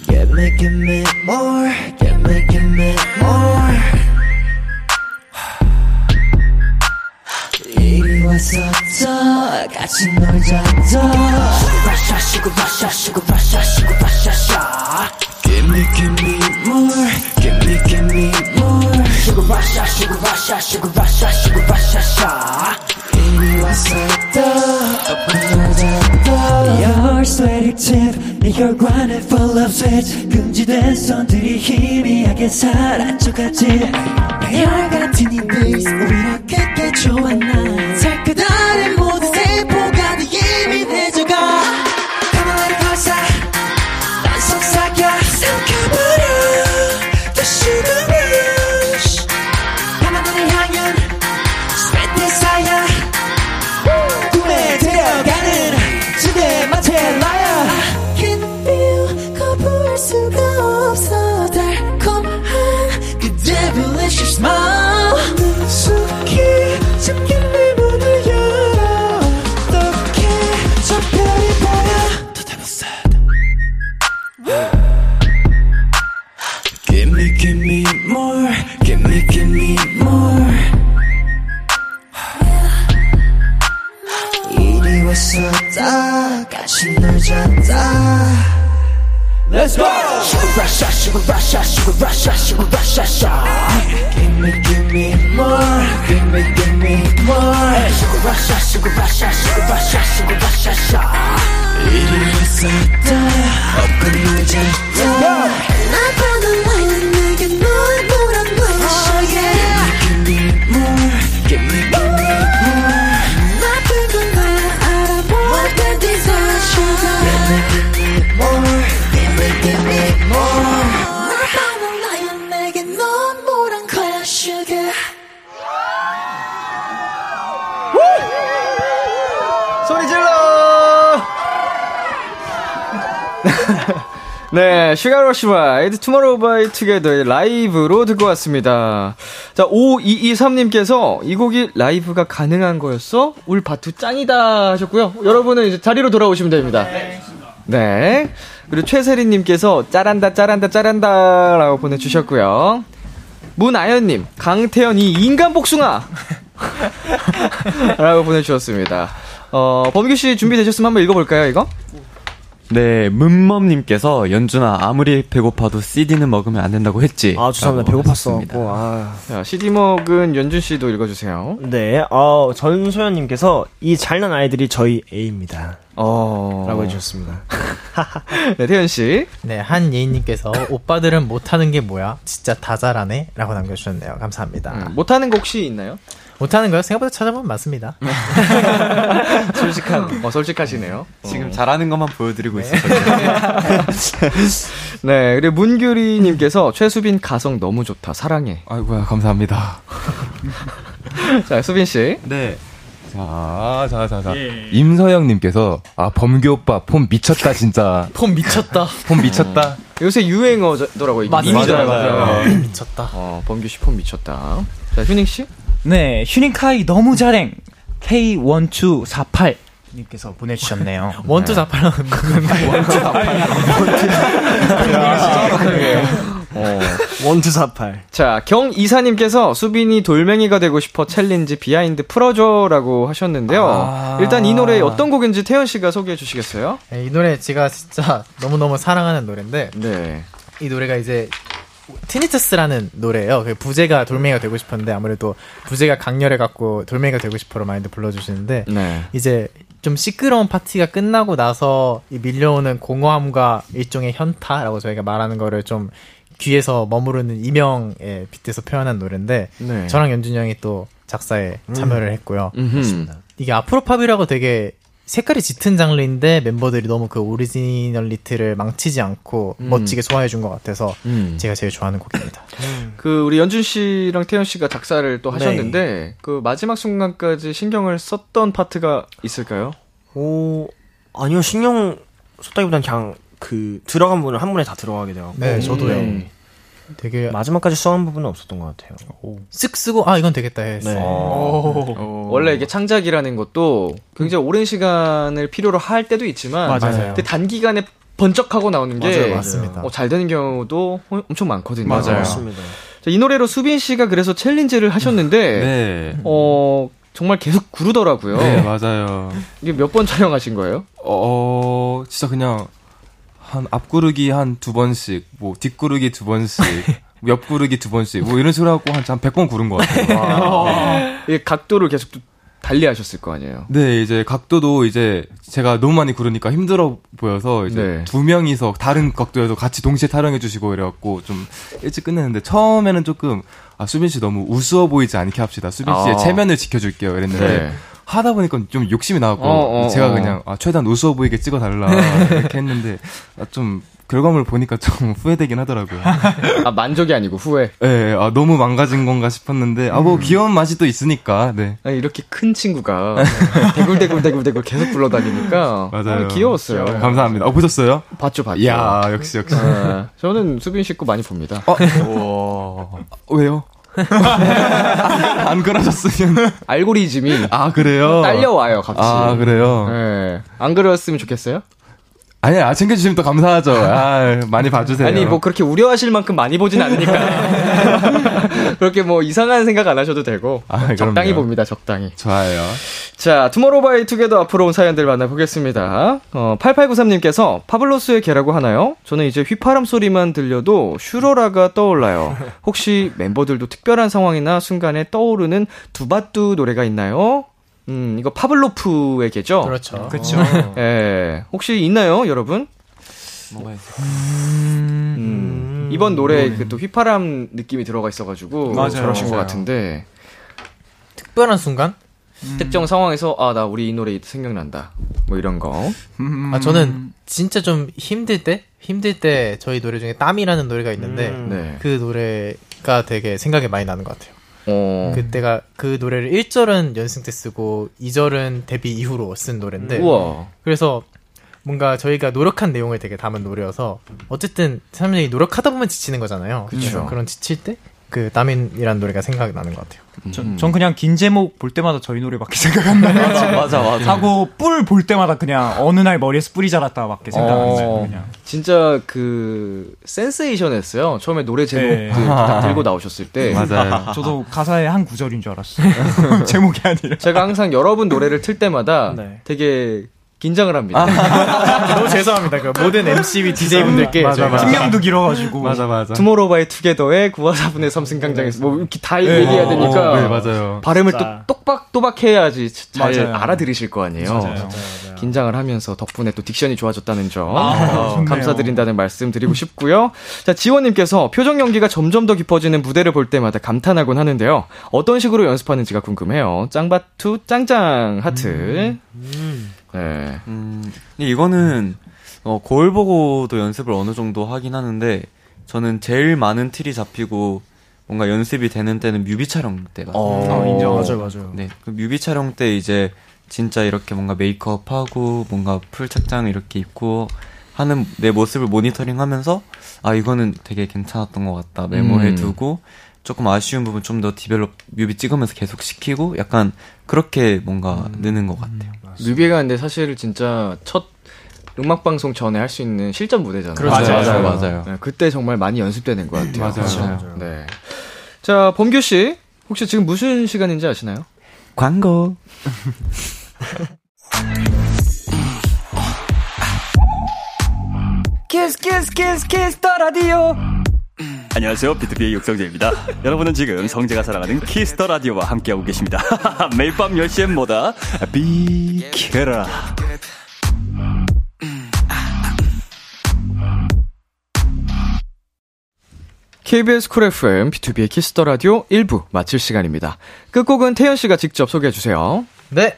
C: Get me, give me more Get me, give me more 이리 와서 더 같이 놀자 더 러샤 시고 러샤 시고 러샤 시고 러샤 샤 Give me give me more Give me give me more 시고 러샤 시고 러샤 시고 러샤 시고 러샤 샤 이리 와서 더 같이 놀자 더 Your sweaty 술집 이 혈관에 full of sweat 금지된 선들이 희미하게 사라져가지 열 같은 인데이스 오히려 그게 좋아 난 살그다른 모든 세포가 더 예민해져가 가만히 발사 난 속삭여 삼켜버려 The sugar rush 밤하늘의 향연 sweat desire 꿈에 들어가는 지대 마체 라야 I can feel 거부할 수가 없어 달콤한 그 devilish smile 깊숙이 잠긴 내 문을 열어 어떻게 저 별이 보여 To the side Give me, give me more. Give me, give me more. 이리 왔었다. 같이 놀자다. Let's go! Sugar rush, sugar rush, sugar rush, sugar rush, Give me, give me more. Give me, give me more. Sugar rush, sugar rush, sugar rush, sugar rush, 이리 왔었다. 업고 놀자다. 나빠도 나는 내게 너의 뭐란 걸 Oh yeah. Give me more. Give me, give me more. 나쁜 건 나야 알아. What the desire, sugar. 나빠는 나야 내게 넌 뭐란 거야, sugar.
B: 소리 질러! 네, 슈가러시 와이드 투모로우 바이 투게더의 라이브로 듣고 왔습니다. 자, 5223님께서 이 곡이 라이브가 가능한 거였어? 울 바투 짱이다 하셨고요. 여러분은 이제 자리로 돌아오시면 됩니다. 네. 그리고 최세리님께서 짜란다, 짜란다, 짜란다 라고 보내주셨고요. 문아연님, 강태현 이 인간 복숭아! 라고 보내주셨습니다. 어, 범규 씨 준비되셨으면 한번 읽어볼까요, 이거?
G: 네, 문멈님께서 연준아 아무리 배고파도 CD는 먹으면 안 된다고 했지.
E: 아, 죄송합니다.
G: 라고
E: 배고팠어.
G: 하셨습니다.
E: 갖고, 아.
B: 자, CD 먹은 연준 씨도 읽어주세요.
E: 네, 어, 전소연님께서 이 잘난 아이들이 저희 애입니다.
B: 어.
E: 라고 해주셨습니다.
B: 네, 태현 씨.
H: 네, 한예인님께서 오빠들은 못하는 게 뭐야? 진짜 다 잘하네? 라고 남겨주셨네요. 감사합니다.
B: 음, 못하는 거 혹시 있나요?
H: 못하는 거요? 생각보다 찾아보면 많습니다.
B: 솔직한. 어, 솔직하시네요.
G: 지금 잘하는 것만 보여드리고 있어요.
B: 네, 그리고 문규리님께서 최수빈 가성 너무 좋다. 사랑해.
D: 아이고야, 감사합니다.
B: 자, 수빈 씨.
G: 네.
D: 자, 자, 자, 자.
E: 예.
D: 임서영님께서, 아, 범규 오빠 폼 미쳤다, 진짜.
H: 폼 미쳤다.
D: 폼 미쳤다.
B: 요새 유행어더라고요. 이게.
H: 맞아요.
B: 이미지잖아요.
D: 맞아요,
E: 네.
D: 맞아요.
H: 폼 네, 미쳤다.
B: 어, 범규 씨 폼 미쳤다. 자, 휴닝 씨.
F: 네, 휴닝카이 너무 잘행 K1248 님께서 보내주셨네요.
H: 원투 자팔라는 건
E: 어, 원투사팔.
B: 자, 경 이사님께서 수빈이 돌멩이가 되고 싶어 챌린지 비하인드 풀어줘라고 하셨는데요.
E: 아.
B: 일단 이 노래 어떤 곡인지 태현 씨가 소개해 주시겠어요?
H: 네, 이 노래 제가 진짜 너무너무 사랑하는 노래인데
B: 네.
H: 이 노래가 이제 티니트스라는 노래예요. 그 부제가 돌멩이가 되고 싶었는데 아무래도 부제가 강렬해 갖고 돌멩이가 되고 싶어로 많이들 불러주시는데
B: 네.
H: 이제 좀 시끄러운 파티가 끝나고 나서 이 밀려오는 공허함과 일종의 현타라고 저희가 말하는 거를 좀 귀에서 머무르는 이명의 빗대서 표현한 노래인데
B: 네. 음.
H: 저랑 연준이 형이 또 작사에 참여를 했고요.
B: 음흠.
H: 이게 아프로팝이라고 되게 색깔이 짙은 장르인데 멤버들이 너무 그 오리지널리티를 망치지 않고 멋지게 소화해 준 것 같아서
B: 음.
H: 제가 제일 좋아하는 곡입니다.
B: 그 우리 연준 씨랑 태현 씨가 작사를
E: 네.
B: 또 하셨는데 그 마지막 순간까지 신경을 썼던 파트가 있을까요?
E: 오, 아니요, 신경 썼다기보단 그냥 그 들어간 부분을 한 번에 다 들어가게 돼요.
H: 네, 저도요.
B: 음.
H: 되게
E: 마지막까지 써한 부분은 없었던 것 같아요.
H: 쓱 쓰고 아 이건 되겠다 했어요.
B: 네. 원래 이게 창작이라는 것도 굉장히 오랜 시간을 필요로 할 때도 있지만
F: 맞아요.
B: 근데 단기간에 번쩍하고 나오는 게
H: 맞습니다.
B: 어, 잘 되는 경우도 호- 엄청 많거든요. 어.
G: 맞아요.
E: 맞습니다.
B: 자, 이 노래로 수빈 씨가 그래서 챌린지를 하셨는데
G: 네.
B: 어 정말 계속 구르더라고요.
D: 네, 맞아요.
B: 이게 몇 번 촬영하신 거예요?
D: 어, 진짜 그냥, 한 앞구르기 한 두 번씩, 뭐, 뒷구르기 두 번씩, 옆구르기 두 번씩, 뭐, 이런 식으로 하고 한, 한 100번 구른 것 같아요.
B: 이 각도를 계속 달리 하셨을 거 아니에요.
D: 네, 이제 각도도 이제 제가 너무 많이 구르니까 힘들어 보여서 이제
B: 네.
D: 두 명이서 다른 각도에서 같이 동시에 촬영해 주시고 이래갖고 좀 일찍 끝냈는데 처음에는 조금 아 수빈 씨 너무 우스워 보이지 않게 합시다. 수빈 씨의
B: 아.
D: 체면을 지켜줄게요. 이랬는데
B: 네.
D: 하다 보니까 좀 욕심이 나고
B: 어, 어,
D: 제가
B: 어.
D: 그냥 아, 최대한 우스워 보이게 찍어달라 이렇게 했는데 아, 좀 결과물 보니까 좀 후회되긴 하더라고요.
B: 아 만족이 아니고 후회.
D: 예, 아, 너무 망가진 건가 싶었는데 아
B: 음.
D: 뭐 귀여운 맛이 또 있으니까 네.
B: 아니, 이렇게 큰 친구가 대굴대굴대굴대굴 계속 불러다니니까
D: 맞아요.
B: 아, 귀여웠어요.
D: 감사합니다. 어, 보셨어요?
B: 봤죠, 봤죠.
D: 이야, 역시, 역시.
B: 아, 저는 수빈 씨 거 많이 봅니다.
D: 어?
G: 어,
D: 왜요? 안 그러셨으면.
B: 알고리즘이
D: 아, 그래요?
B: 딸려와요, 같이.
D: 아, 그래요?
B: 예. 안 그랬으면 좋겠어요?
D: 아니, 아, 챙겨주시면 또 감사하죠. 아, 많이 봐주세요.
B: 아니, 뭐 그렇게 우려하실 만큼 많이 보진 않으니까. 그렇게 뭐 이상한 생각 안 하셔도 되고.
D: 아, 그럼요.
B: 적당히 봅니다, 적당히.
D: 좋아요.
B: 자, 투모로우바이투게더 앞으로 온 사연들 만나보겠습니다. 어, 8893님께서 파블로스의 개라고 하나요? 저는 이제 휘파람 소리만 들려도 슈로라가 떠올라요. 혹시 멤버들도 특별한 상황이나 순간에 떠오르는 두바뚜 노래가 있나요? 음, 이거 파블로프의 개죠?
H: 그렇죠.
F: 그렇죠.
B: 예. 혹시 있나요, 여러분?
G: 뭐가 있어?
B: 음. 이번 노래에 그 또 휘파람 느낌이 들어가 있어가지고
F: 맞아요.
B: 저러신 것
F: 맞아요.
B: 같은데
H: 특별한 순간?
B: 특정 상황에서 아 나 우리 이 노래 생각난다 뭐 이런 거.
F: 음,
H: 아
B: 음.
H: 저는 진짜 좀 힘들 때 힘들 때 저희 노래 중에 땀이라는 노래가 있는데
B: 네.
H: 그 노래가 되게 생각이 많이 나는 것 같아요.
B: 어.
H: 그때가 그 노래를 1절은 연습 때 쓰고 2절은 데뷔 이후로 쓴 노래인데
B: 우와.
H: 그래서 뭔가 저희가 노력한 내용을 되게 담은 노래여서 어쨌든 사람들이 노력하다 보면 지치는 거잖아요. 그래서 그런 지칠 때 그 땀인이라는 노래가 생각이 나는 것 같아요.
F: 음. 전, 전 그냥 긴 제목 볼 때마다 저희 노래밖에 생각 안 나요.
G: 맞아,
B: 어.
G: 맞아.
F: 하고 뿔 볼 때마다 그냥 어느 날 머리에서 뿔이 자랐다밖에
G: 어.
F: 생각 안 나요. 그냥.
B: 어. 진짜 그 센세이션했어요. 처음에 노래
F: 네.
B: 제목들 딱 들고 나오셨을 때.
D: 맞아요.
F: 저도 가사의 한 구절인 줄 알았어요. 제목이 아니라.
B: 제가 항상 여러분 노래를 틀 때마다 되게 긴장을 합니다.
H: 너무 죄송합니다. 그 모든 MCV DJ분들께
F: 팀명도 길어가지고.
D: 맞아, 맞아.
B: 투모로우 바이 투게더의 9화사분의 3승강장에서 뭐 이렇게 다 얘기해야 되니까
D: 어, 네, 맞아요.
B: 발음을 또 똑박또박 해야지 잘
F: 맞아요.
B: 알아들으실 거 아니에요.
F: 맞아요.
B: 긴장을 하면서 덕분에 또 딕션이 좋아졌다는 점 어,
F: 좋네요.
B: 감사드린다는 말씀 드리고 싶고요. 자 지원님께서 표정 연기가 점점 더 깊어지는 무대를 볼 때마다 감탄하곤 하는데요. 어떤 식으로 연습하는지가 궁금해요. 짱바투 짱짱 하트. 네.
G: 음, 근데 이거는 어, 거울 보고도 연습을 어느 정도 하긴 하는데 저는 제일 많은 틀이 잡히고 뭔가 연습이 되는 때는 뮤비 촬영 때가
B: 어,
F: 맞아요, 맞아요.
G: 네, 그 뮤비 촬영 때 이제 진짜 이렇게 뭔가 메이크업 하고 뭔가 풀 착장 이렇게 입고 하는 내 모습을 모니터링 하면서 아 이거는 되게 괜찮았던 것 같다 메모해
B: 음.
G: 두고 조금 아쉬운 부분 좀 더 디벨롭 뮤비 찍으면서 계속 시키고 약간 그렇게 뭔가
F: 음.
G: 느는 것 같아요.
B: 뮤비가 근데 사실 진짜 첫 음악 방송 전에 할 수 있는 실전 무대잖아요.
F: 그렇죠.
G: 맞아요.
F: 맞아요.
G: 맞아요.
B: 네, 그때 정말 많이 연습되는 것 같아요.
D: 맞아요.
B: 네. 자, 범규 씨. 혹시 지금 무슨 시간인지 아시나요?
G: 광고.
A: 키스 키스 키스 키스 더 라디오
J: 안녕하세요. 비트비의 육성재입니다. 여러분은 지금 성재가 사랑하는 키스터 라디오와 함께하고 계십니다. 매일 밤 10시엔 뭐다? 비케라.
B: KBS 쿨 FM B2B의 키스터 라디오 1부 마칠 시간입니다. 끝곡은 태연 씨가 직접 소개해 주세요.
H: 네.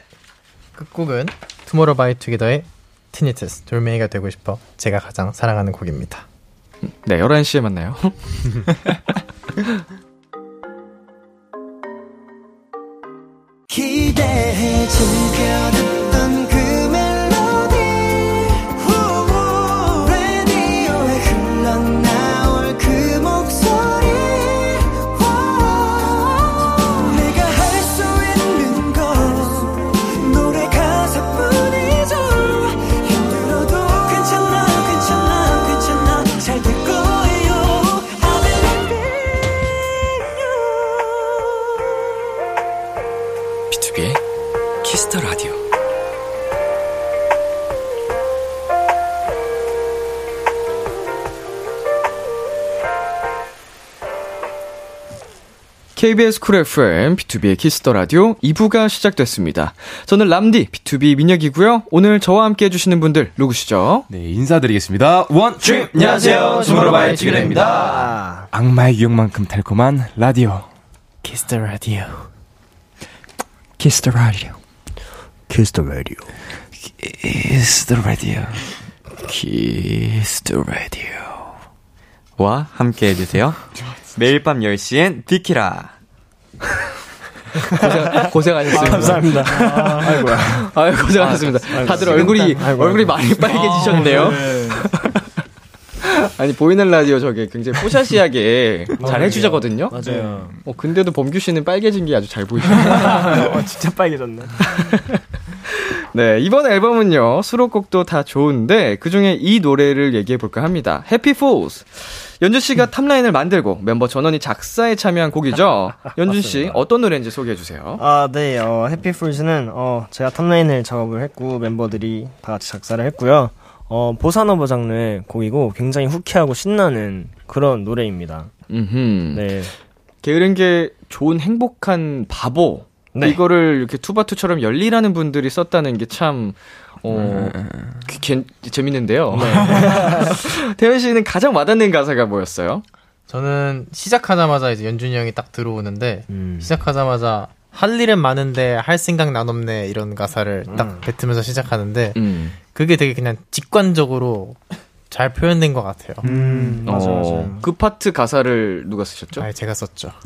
H: 끝곡은 투모로우바이투게더의 티니트스 돌멩이가 되고 싶어 제가 가장 사랑하는 곡입니다.
B: 네, 11시에 만나요.
C: 기대해 즐겨 듣던 그 멜로디 후, 라디오에 흘러나올 그 목소리 와, 내가 할 수 있는 건 노래 가사뿐이죠 힘들어도 괜찮아 괜찮아 괜찮아 잘 될 거예요 I'll be happy
B: KBS 쿨 FM, B2B의 키스터 라디오 2부가 시작됐습니다. 저는 람디, B2B 민혁이고요. 오늘 저와 함께 해주시는 분들 누구시죠?
D: 네, 인사드리겠습니다. 원,
B: 네,
D: 주 안녕하세요. 투모로우바이 지그레입니다. 악마의 유혹만큼 달콤한 라디오.
E: 키스터 라디오.
F: 키스터 라디오.
E: 키스터 라디오.
G: 키스더 라디오. 키스더 라디오. 와 함께 해주세요. 매일 밤 10시엔 디키라.
B: 고생, 고생하셨습니다. 아,
E: 감사합니다.
B: 아유, 고생하셨습니다. 다들 얼굴이, 얼굴이 많이 아, 빨개지셨네요. 아니, 보이는 라디오 저게 굉장히 포샤시하게 잘 해주자거든요.
E: 맞아요.
B: 어, 근데도 범규 씨는 빨개진 게 아주 잘 보이시네요.
E: 어, 진짜 빨개졌네.
B: 네, 이번 앨범은요, 수록곡도 다 좋은데, 그 중에 이 노래를 얘기해 볼까 합니다. 해피 포스. 연준 씨가 탑라인을 만들고 멤버 전원이 작사에 참여한 곡이죠. 연준 씨, 어떤 노래인지 소개해 주세요.
E: 아, 네. 어, 해피 풀즈는 어, 제가 탑라인을 작업을 했고 멤버들이 다 같이 작사를 했고요. 어, 보사노바 장르의 곡이고 굉장히 후쾌하고 신나는 그런 노래입니다.
B: 음흠.
E: 네.
B: 게으른 게 좋은 행복한 바보.
E: 네.
B: 이거를 이렇게 투바투처럼 열리라는 분들이 썼다는 게 참, 어,
G: 네.
B: 귀- 겐- 재밌는데요.
G: 네.
B: 태현 씨는 가장 와닿는 가사가 뭐였어요?
H: 저는 시작하자마자 이제 연준이 형이 딱 들어오는데
E: 음.
H: 시작하자마자 할 일은 많은데 할 생각 난 없네 이런 가사를
E: 음.
H: 딱 뱉으면서 시작하는데
B: 음.
H: 그게 되게 그냥 직관적으로 잘 표현된 것 같아요.
B: 맞아, 맞아. 그 파트 가사를 누가 쓰셨죠?
H: 아, 제가 썼죠.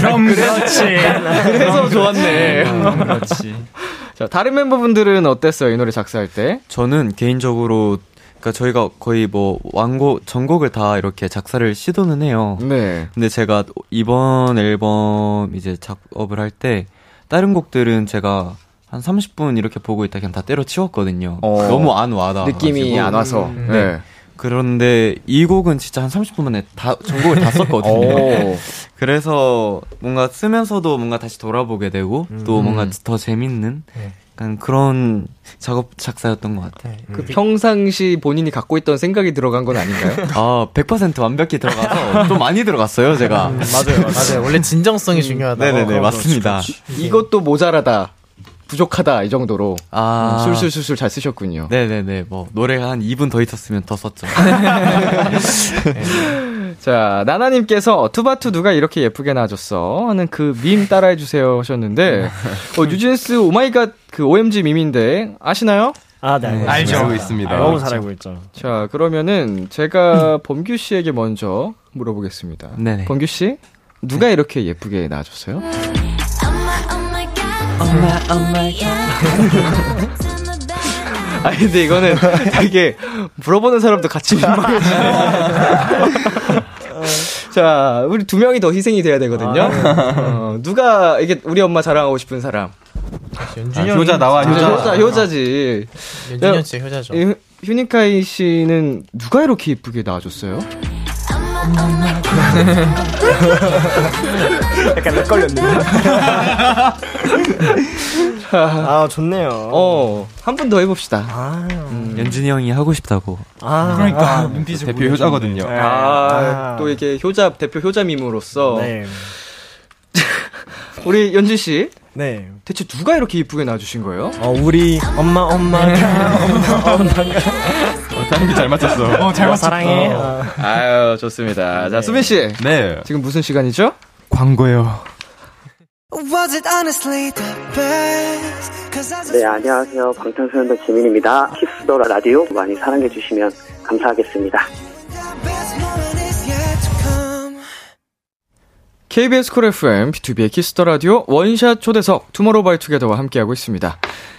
F: 그럼 그렇지.
B: 그래서 좋았네.
G: 그렇지.
B: 자, 다른 멤버분들은 어땠어요? 이 노래 작사할 때?
G: 저는 개인적으로 그러니까 저희가 거의 뭐 완곡 전곡을 다 이렇게 작사를 시도는 해요.
B: 네.
G: 근데 제가 이번 앨범 이제 작업을 할 때 다른 곡들은 제가 한 30분 이렇게 보고 있다 그냥 다 때려치웠거든요.
B: 어.
G: 너무 안 와닿아. 음.
B: 느낌이 안 와서. 네.
G: 그런데 이 곡은 진짜 한 30분 만에 다 전곡을 다 썼거든요.
B: 오.
G: 그래서 뭔가 쓰면서도 뭔가 다시 돌아보게 되고 또 뭔가 더 재밌는 약간 그런 작업 작사였던 것 같아요.
B: 그 평상시 본인이 갖고 있던 생각이 들어간 건 아닌가요?
G: 아, 100% 완벽히 들어가서 좀 많이 들어갔어요, 제가.
H: 네, 맞아요, 맞아요. 원래 진정성이 중요하다고.
G: 네네네, 맞습니다.
B: 이것도 모자라다. 부족하다. 이 정도로.
G: 아,
B: 술술술술 잘 쓰셨군요.
G: 네네네, 뭐, 노래가 한 2분 더 있었으면 더 썼죠.
B: 자, 나나님께서 투바투 누가 이렇게 예쁘게 나줬어? 하는 그 밈 따라해주세요 하셨는데, 어, 뉴진스 오마이갓 그 OMG 밈인데, 아시나요?
E: 아, 네. 알고
F: 알죠.
E: 있습니다.
D: 알고 있습니다.
E: 아, 너무 잘 알고 있죠.
B: 자, 그러면은 제가 범규 씨에게 먼저 물어보겠습니다.
G: 음. 네네. 네.
B: 범규 씨, 누가 이렇게 예쁘게 나와줬어요? 아니, 근데 이거는 되게 물어보는 사람도 같이 민망해지네. 자, 우리 두 명이 더 희생이 돼야 되거든요. 어, 누가, 이게 우리 엄마 자랑하고 싶은 사람.
H: 연준이 형.
D: 효자
E: 아,
D: 나와, 효자.
B: 효자, 효자지.
H: 연준이 형 진짜 효자죠.
E: 그렇죠.
B: 이 휴- 휴니카이 씨는 누가 이렇게 예쁘게 나와줬어요?
E: 약간 헷갈렸는데. 아, 좋네요.
B: 어, 한 분 더 해봅시다.
E: 아,
G: 연준이 형이 하고 싶다고.
E: 아.
F: 그러니까 눈빛을
D: 대표 효자거든요.
E: 네.
B: 아, 또 이렇게 효자, 대표 효자밈으로서.
E: 네.
B: 우리 연진 씨,
E: 네.
B: 대체 누가 이렇게 예쁘게 나와주신 거예요?
E: 어, 우리 엄마, 엄마, 엄마, 엄마.
D: 다른 게잘 맞췄어.
F: 어, 잘 맞췄다.
E: 사랑해.
B: 아유, 좋습니다. 자, 수빈 씨.
D: 네.
B: 지금 무슨 시간이죠?
D: 광고요.
A: Was it honestly the best? Cause I just
K: 네, 안녕하세요. 방탄소년단 지민입니다. 키스더 라디오 많이 사랑해주시면 감사하겠습니다.
A: the best moment is yet to come.
B: KBS 콜 FM, B2B의 키스터 라디오, 원샷 초대석, 투모로우 바이 투게더와 함께하고 있습니다.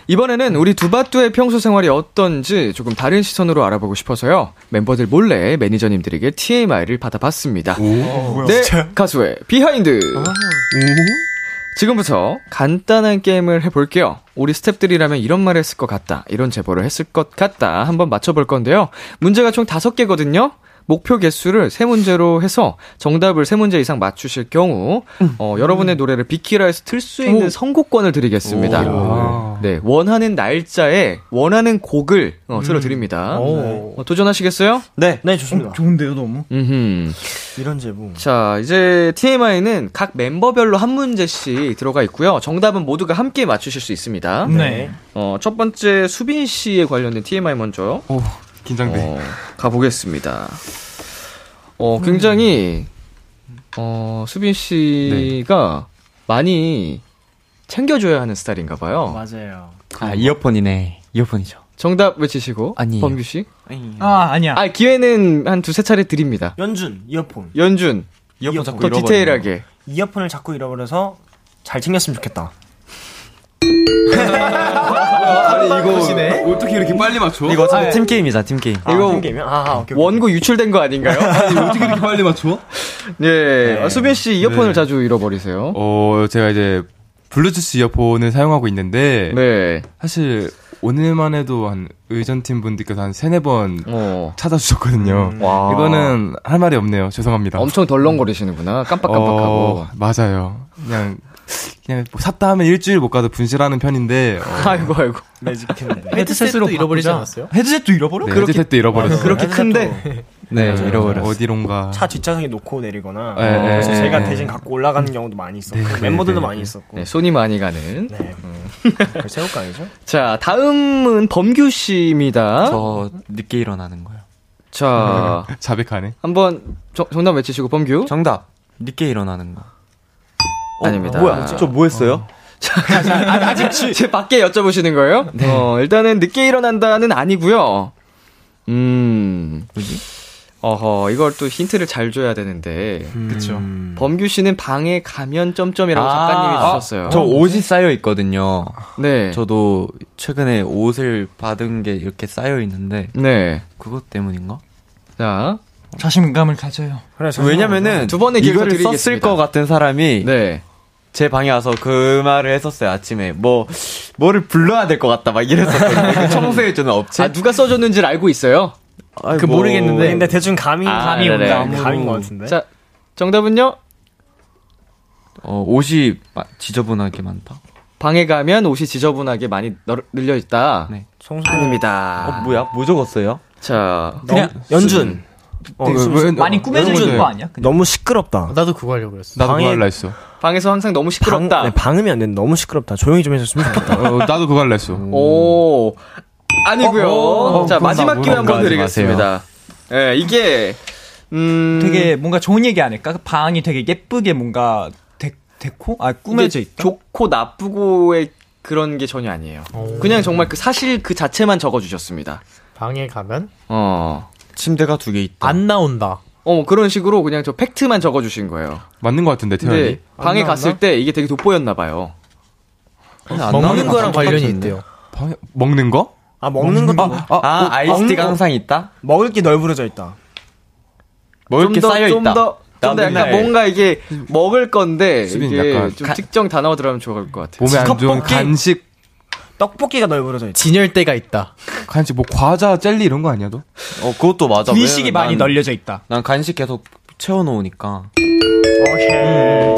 B: 이번에는 우리 두바뚜의 평소 생활이 어떤지 조금 다른 시선으로 알아보고 싶어서요. 멤버들 몰래 매니저님들에게 TMI를 받아봤습니다. 네, 가수의 비하인드. 지금부터 간단한 게임을 해볼게요. 우리 스탭들이라면 이런 말 했을 것 같다. 이런 제보를 했을 것 같다. 한번 맞춰볼 건데요. 문제가 총 다섯 개거든요. 목표 개수를 세 문제로 해서 정답을 세 문제 이상 맞추실 경우 어, 여러분의 노래를 비키라에서 틀 수 있는
F: 음. 오.
B: 선곡권을 드리겠습니다.
E: 아.
F: 오.
B: 네, 원하는 날짜에 원하는 곡을 어,
F: 음.
B: 틀어드립니다.
F: 오.
B: 어, 도전하시겠어요?
G: 네,
E: 네 좋습니다.
F: 좋은데요, 너무.
B: 음흠.
E: 이런 제보.
B: 자, 이제 TMI는 각 멤버별로 한 문제씩 들어가 있고요. 정답은 모두가 함께 맞추실 수 있습니다.
F: 네.
B: 어, 첫 번째 수빈 씨에 관련된 TMI 먼저.
G: 네.
D: 긴장돼.
B: 어, 가보겠습니다. 어, 굉장히 어, 수빈 씨가
G: 네.
B: 많이 챙겨줘야 하는 스타일인가 봐요.
E: 맞아요.
G: 아 이어폰이네. 이어폰이죠.
B: 정답 외치시고
G: 아니에요.
B: 범규 씨.
F: 아, 아니야.
B: 아, 기회는 한 두세 차례 드립니다.
E: 연준 이어폰.
B: 연준.
G: 뭐 이어폰
B: 더
G: 자꾸
B: 디테일하게.
E: 이어폰을 자꾸 잃어버려서 잘 챙겼으면 좋겠다.
D: 아니 이거
F: 컷이네.
D: 어떻게 이렇게 빨리 맞춰?
G: 이거 어차피 팀 게임이자 팀 게임.
E: 아,
B: 이거
E: 이거 게임이야? 아, 오케이. 오케이.
B: 원고 유출된 거 아닌가요?
D: 아니, 어떻게 이렇게 빨리 맞춰?
B: 네. 아, 수빈 씨 이어폰을
D: 네.
B: 자주 잃어버리세요.
D: 어 제가 이제 블루투스 이어폰을 사용하고 있는데
B: 네.
D: 사실 오늘만 해도 한 의전팀 분들께서 한 세네
G: 음.
D: 번
B: 어.
D: 찾아주셨거든요.
B: 와.
D: 이거는 할 말이 없네요. 죄송합니다.
B: 엄청 덜렁거리시는구나. 깜빡깜빡하고.
D: 어, 맞아요. 그냥 그냥 뭐 샀다 하면 일주일 못 가도 분실하는 편인데 어,
B: 아이고 아이고.
H: 헤드셋으로 잃어버리지
F: 바꾸자.
H: 않았어요?
F: 헤드셋도 잃어버려?
D: 네, 헤드셋도 잃어버렸어요.
B: 그렇게 큰데.
G: 아, 네, 어,
D: 맞아요.
G: 잃어버렸어.
D: 어디론가.
E: 차 뒷좌석에 놓고 내리거나
D: 예, 예,
E: 그래서
D: 예,
E: 제가
D: 예.
E: 대신 갖고 올라가는 경우도 많이 있었고 멤버들도 많이 있었고
B: 네,
E: 네.
B: 손이 많이 가는.
E: 음. 그걸 세울 거 아니죠?
B: 자, 다음은 범규 씨입니다.
G: 저 늦게 일어나는 거예요.
B: 자,
D: 자백하네.
B: 한번 정- 정답 외치시고 범규.
G: 정답. 늦게 일어나는 거.
B: 아닙니다.
G: 어, 저뭐 했어요?
B: 제 밖에 여쭤보시는 거예요?
G: 네.
B: 어, 일단은 늦게 일어난다는 아니고요. 음.
G: 뭐지?
B: 어허, 이걸 또 힌트를 잘 줘야 되는데.
G: 음.
F: 그쵸.
B: 범규 씨는 방에 가면 점점이라고 아, 작가님이 주셨어요.
G: 아,
B: 음.
G: 저 옷이 쌓여 있거든요.
B: 네.
G: 저도 최근에 옷을 받은 게 이렇게 쌓여 있는데
B: 네.
G: 그것 때문인가?
B: 자,
F: 자신감을 가져요.
E: 그래서
G: 왜냐면은
B: 네, 두 번의 기회를
G: 이거를
B: 드리겠습니다.
G: 썼을 것 같은 사람이
B: 네.
G: 제 방에 와서 그 말을 했었어요 아침에 뭐 뭐를 불러야 될 것 같다 막 이랬었거든요 그 청소해주는 업체
B: 아, 누가 써줬는지를 알고 있어요?
G: 아이,
B: 그
G: 뭐.
B: 모르겠는데.
E: 근데 대충 감이
B: 아,
E: 감이
B: 네네.
E: 온다. 감인 것 같은데.
B: 자, 정답은요?
G: 어, 옷이 마- 지저분하게 많다
B: 방에 가면 옷이 지저분하게 많이 널- 늘려 있다.
G: 네.
E: 송수
B: 아닙니다.
G: 어 뭐야 뭐 적었어요
B: 자,
F: 그냥
E: 연준 어,
G: 네,
D: 되게
E: 수-
D: 왜-
E: 수-
F: 많이 꾸며주는
D: 연준.
F: 거 아니야? 그냥.
E: 너무 시끄럽다.
H: 나도 그거 하려고 그랬어.
D: 나도
E: 방에-
D: 그거 할라 했어.
B: 방에서 항상 너무 시끄럽다.
E: 방, 네, 방음이 안 되는 너무 시끄럽다. 조용히 좀 해줬으면 좋겠다.
D: 어, 나도 그거 할라 했어.
B: 오. 아니고요.
D: 어,
B: 자,
D: 그건
B: 마지막
D: 나
B: 기회 한번
G: 물어보지
B: 드리겠습니다. 예, 이게 음
F: 되게 뭔가 좋은 얘기 아닐까? 그 방이 되게 예쁘게 뭔가 데, 데코? 아, 꾸며져
B: 이게
F: 있다.
B: 좋고 나쁘고의 그런 게 전혀 아니에요. 그냥 정말 그 사실 그 자체만 적어 주셨습니다.
H: 방에 가면
B: 어.
G: 침대가 두 개 있다
H: 안 나온다.
B: 어, 뭐 그런 식으로 그냥 저 팩트만 적어 주신 거예요.
D: 맞는 것 같은데 태연이.
G: 네.
B: 근데 방에
E: 나왔나?
B: 갔을 때 이게 되게 돋보였나 봐요. 아,
H: 먹는 거랑 관련이 있대요.
D: 방에- 먹는 거?
E: 아 먹는 것도
G: 아,
B: 어,
G: 아이스티가 항상 있다
E: 먹을 게 널브러져 있다.
G: 뭐 이렇게 쌓여 있다
B: 좀더 약간 뭔가 이게 먹을 건데
D: 수빈이
B: 이게
D: 약간
B: 좀
G: 가-
B: 특정 단어 들어가면 좋을 것 같아요.
D: 몸에 안 좋은 간식,
E: 떡볶이가 널브러져 있다.
H: 진열대가 있다.
D: 간식 뭐 과자, 젤리 이런 거 아니야 너?
G: 어 그것도 맞아
F: 의식이
G: 왜냐면
F: 많이
G: 난-
F: 널려져 있다.
G: 난 간식 계속 채워놓으니까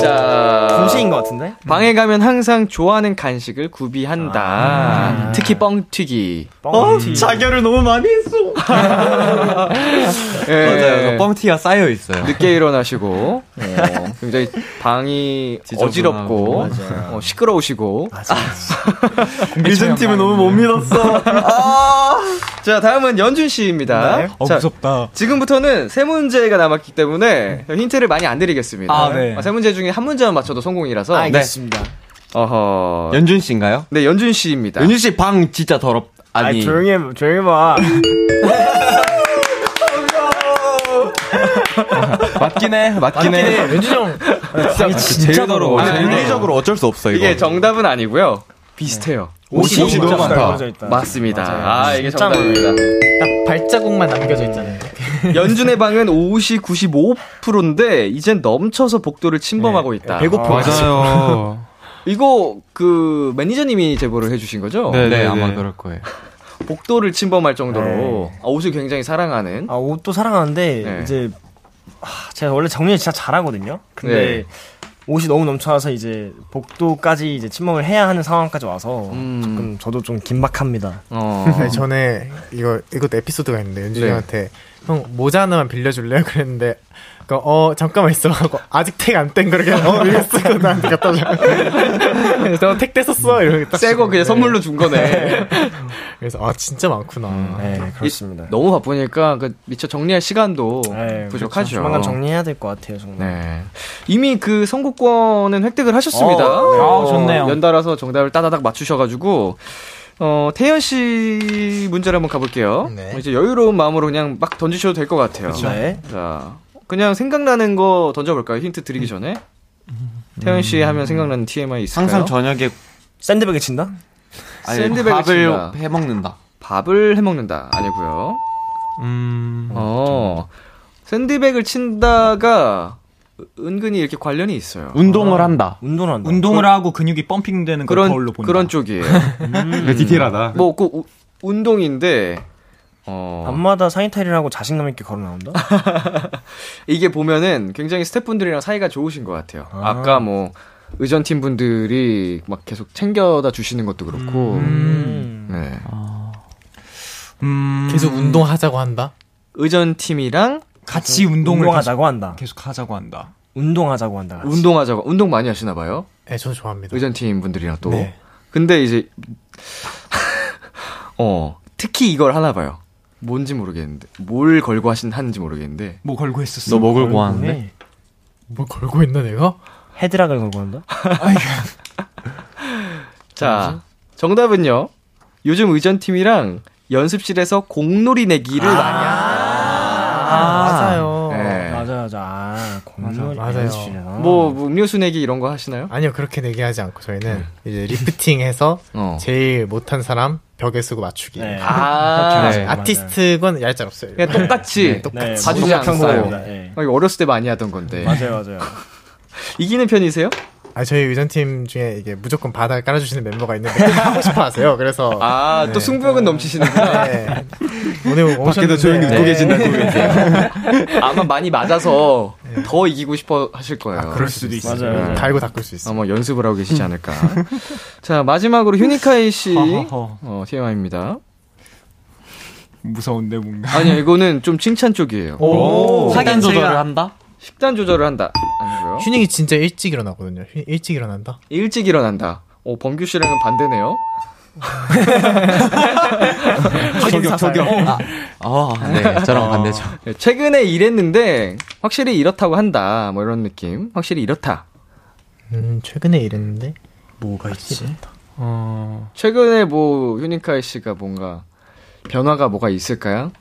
B: 자,
E: 분식인 것 같은데?
B: 방에 가면 항상 좋아하는 간식을 구비한다. 특히 뻥튀기.
E: 어, 뻥튀기.
G: 자결을 너무 많이 했어
B: 예.
D: 네.
G: 맞아요
E: 그
G: 저 뻥튀가 쌓여 있어요
B: 늦게 일어나시고 어, 굉장히 방이
G: 지저분하고.
B: 어지럽고 어, 시끄러우시고
G: 리전 팀은 너무 못 믿었어
B: 아. 자 다음은 연준 씨입니다.
F: 어,
B: 자,
F: 무섭다.
B: 지금부터는 세 문제가 남았기 때문에 힌트를 많이 안 드리겠습니다.
F: 아, 네.
B: 세 문제 중에 한 문제만 맞춰도 아, 성공이라서.
E: 알겠습니다.
B: 네. 어허.
G: 연준 씨인가요?
B: 네, 연준 씨입니다.
G: 연준 씨 방 진짜 더럽
E: 아니
G: 아니
E: 조용히 해, 조용히 봐.
D: 맞긴 해, 맞긴 해.
H: 연준형
B: 아,
D: 제일 더러워.
G: 아,
B: 네.
G: 윤리적으로 어쩔 수 없어 이거
B: 이게 정답은 아니고요. 비슷해요.
D: 옷이
E: 진짜
D: 너무 많다.
E: 널브러져 있다.
B: 맞습니다.
E: 맞아요.
B: 아, 이게
E: 진짜
B: 정답입니다.
H: 딱 발자국만 남겨져 있잖아요.
B: 연준의 방은 옷이 95%인데, 이젠 넘쳐서 복도를 침범하고
G: 아,
B: 있다.
E: 배고파.
D: 맞아요.
B: 이거, 그, 매니저님이 제보를 해주신 거죠?
D: 네,
G: 네,
D: 네,
G: 아마
D: 네.
G: 그럴 거예요
B: 복도를 침범할 정도로 아, 옷을 굉장히 사랑하는.
E: 아, 옷도 사랑하는데 이제 아, 제가 원래 정리를 진짜 잘하거든요. 근데
B: 네.
E: 옷이 너무 넘쳐와서 이제 복도까지 이제 침범을 해야 하는 상황까지 와서 조금 저도 좀 긴박합니다.
B: 어.
L: 네, 전에 이거 이것도 에피소드가 있는데
H: 네.
L: 연준이한테
H: 형 모자 하나만 빌려줄래요? 그랬는데 그어 잠깐만 있어 하고 아직 택 안 뗀 거를 그냥 어 이거 쓰고 나한테 갖다 줘. 그래서 어, 택 뗐었어 이러고 딱
B: 새거 그냥
H: 주는데.
B: 선물로 준 거네.
H: 그래서 아 진짜 많구나. 네
B: 이- 너무 바쁘니까 그 미처 정리할 시간도
F: 네,
E: 그렇죠.
B: 부족하죠.
E: 조만간 정리해야 될 것 같아요, 정말.
B: 네. 이미 그 선곡권은 획득을 하셨습니다.
E: 어, 네. 아, 좋네요.
B: 연달아서 정답을 따다닥 맞추셔가지고 어 태연 씨 문제를 한번 가볼게요. 이제 여유로운 마음으로 그냥 막 던지셔도 될 것 같아요.
E: 네. 그쵸. 네.
B: 자 그냥 생각나는 거 던져볼까요? 힌트 드리기 전에 태연 씨
E: 음.
B: 하면 생각나는 TMI 있을까요?
G: 항상 저녁에
E: 샌드백에 친다?
G: 아니,
B: 샌드백을
G: 밥을
B: 친다.
G: 해 먹는다.
B: 밥을 해 먹는다 아니고요.
D: 음.
B: 어 샌드백을 친다가 은근히 이렇게 관련이 있어요.
F: 운동을 한다.
E: 운동을 한다.
F: 운동을 하고 근육이 펌핑되는 걸 거울로 본다.
B: 그런 쪽이에요.
G: 음. 네,
F: 되게 디테일하다.
B: 뭐, 그, 우- 운동인데, 어,
E: 밤마다 상의탈의를 하고 자신감 있게 걸어 나온다?
B: 이게 보면은 굉장히 스태프분들이랑 사이가 좋으신 것 같아요. 아. 까 뭐, 의전팀 분들이 막 계속 챙겨다 주시는 것도 그렇고,
E: 음.
F: 음.
B: 네.
H: 계속 운동하자고 한다.
B: 의전팀이랑
F: 같이 운동을
E: 운동하자고 한다.
F: 계속 하자고 한다.
E: 운동하자고 한다. 같이.
B: 운동하자고, 운동 많이 하시나 봐요.
H: 네, 저는 좋아합니다.
B: 의전팀 분들이랑 또.
H: 네.
B: 근데 이제, 어, 특히 이걸 하나 봐요. 뭔지 모르겠는데, 뭘 걸고 하신, 하는지 모르겠는데.
F: 뭐 걸고 했었어?
B: 너 뭐 걸고 하는데?
E: 네.
H: 뭐 걸고 있나 내가?
E: 헤드락을 걸고 한다?
B: 자, 정답은요. 요즘 의전팀이랑 연습실에서 공놀이 내기를
H: 아.
B: 많이
H: 맞아요.
B: 네.
E: 맞아, 맞아. 아, 공놀이.
H: 맞아요.
E: 연습실이나.
B: 뭐, 뭐 음료수 내기 이런 거 하시나요?
H: 아니요 그렇게 내기하지 않고 저희는 이제 리프팅해서
B: 어.
H: 제일 못한 사람 벽에 쓰고 맞추기.
E: 네.
B: 아,
H: 네. 아티스트건 얄짤 없어요.
B: 그냥 똑같이
H: 네,
E: 네,
H: 똑같이.
B: 봐주지 않고
E: 공약형사입니다. 네.
B: 어, 이거 어렸을 때 많이 하던 건데
E: 맞아요, 맞아요.
B: 이기는 편이세요?
H: 아 저희 의전팀 중에 이게 무조건 바닥 깔아주시는 멤버가 있는데 그거 하고 싶어하세요. 그래서
B: 아 또 승부욕은 넘치시는구나
H: 네. 오늘
D: 밖에도
H: 오셨는데
D: 조용히
H: 네.
D: 웃고 계신다고
B: 아마 많이 맞아서
F: 네.
B: 더 이기고 싶어 하실 거예요
F: 아,
H: 그럴 수도 있어요.
E: 맞아요.
H: 네. 달고 닦을 수 있어요.
B: 아마 연습을 하고 계시지 않을까 자 마지막으로 휴니카이 씨
F: 허허허.
B: 어, TMI입니다
F: 무서운데 뭔가. 어?
B: 아니 이거는 좀 칭찬 쪽이에요
G: 식단 조절을 한다?
B: 식단 조절을 한다 아니고요
H: 휴닝이 진짜 일찍 일어나거든요. 휴- 일찍 일어난다.
B: 일찍 일어난다 어, 범규 씨랑은 반대네요
F: 저격 저격.
G: 어, 네. 저랑 반대죠.
B: 네, 최근에 이랬는데 확실히 이렇다고 한다 뭐 이런 느낌 확실히 이렇다
H: 음 최근에 이랬는데
F: 뭐가 있지?
B: 최근에 뭐 휴닝카이 씨가 뭔가 변화가 뭐가 있을까요?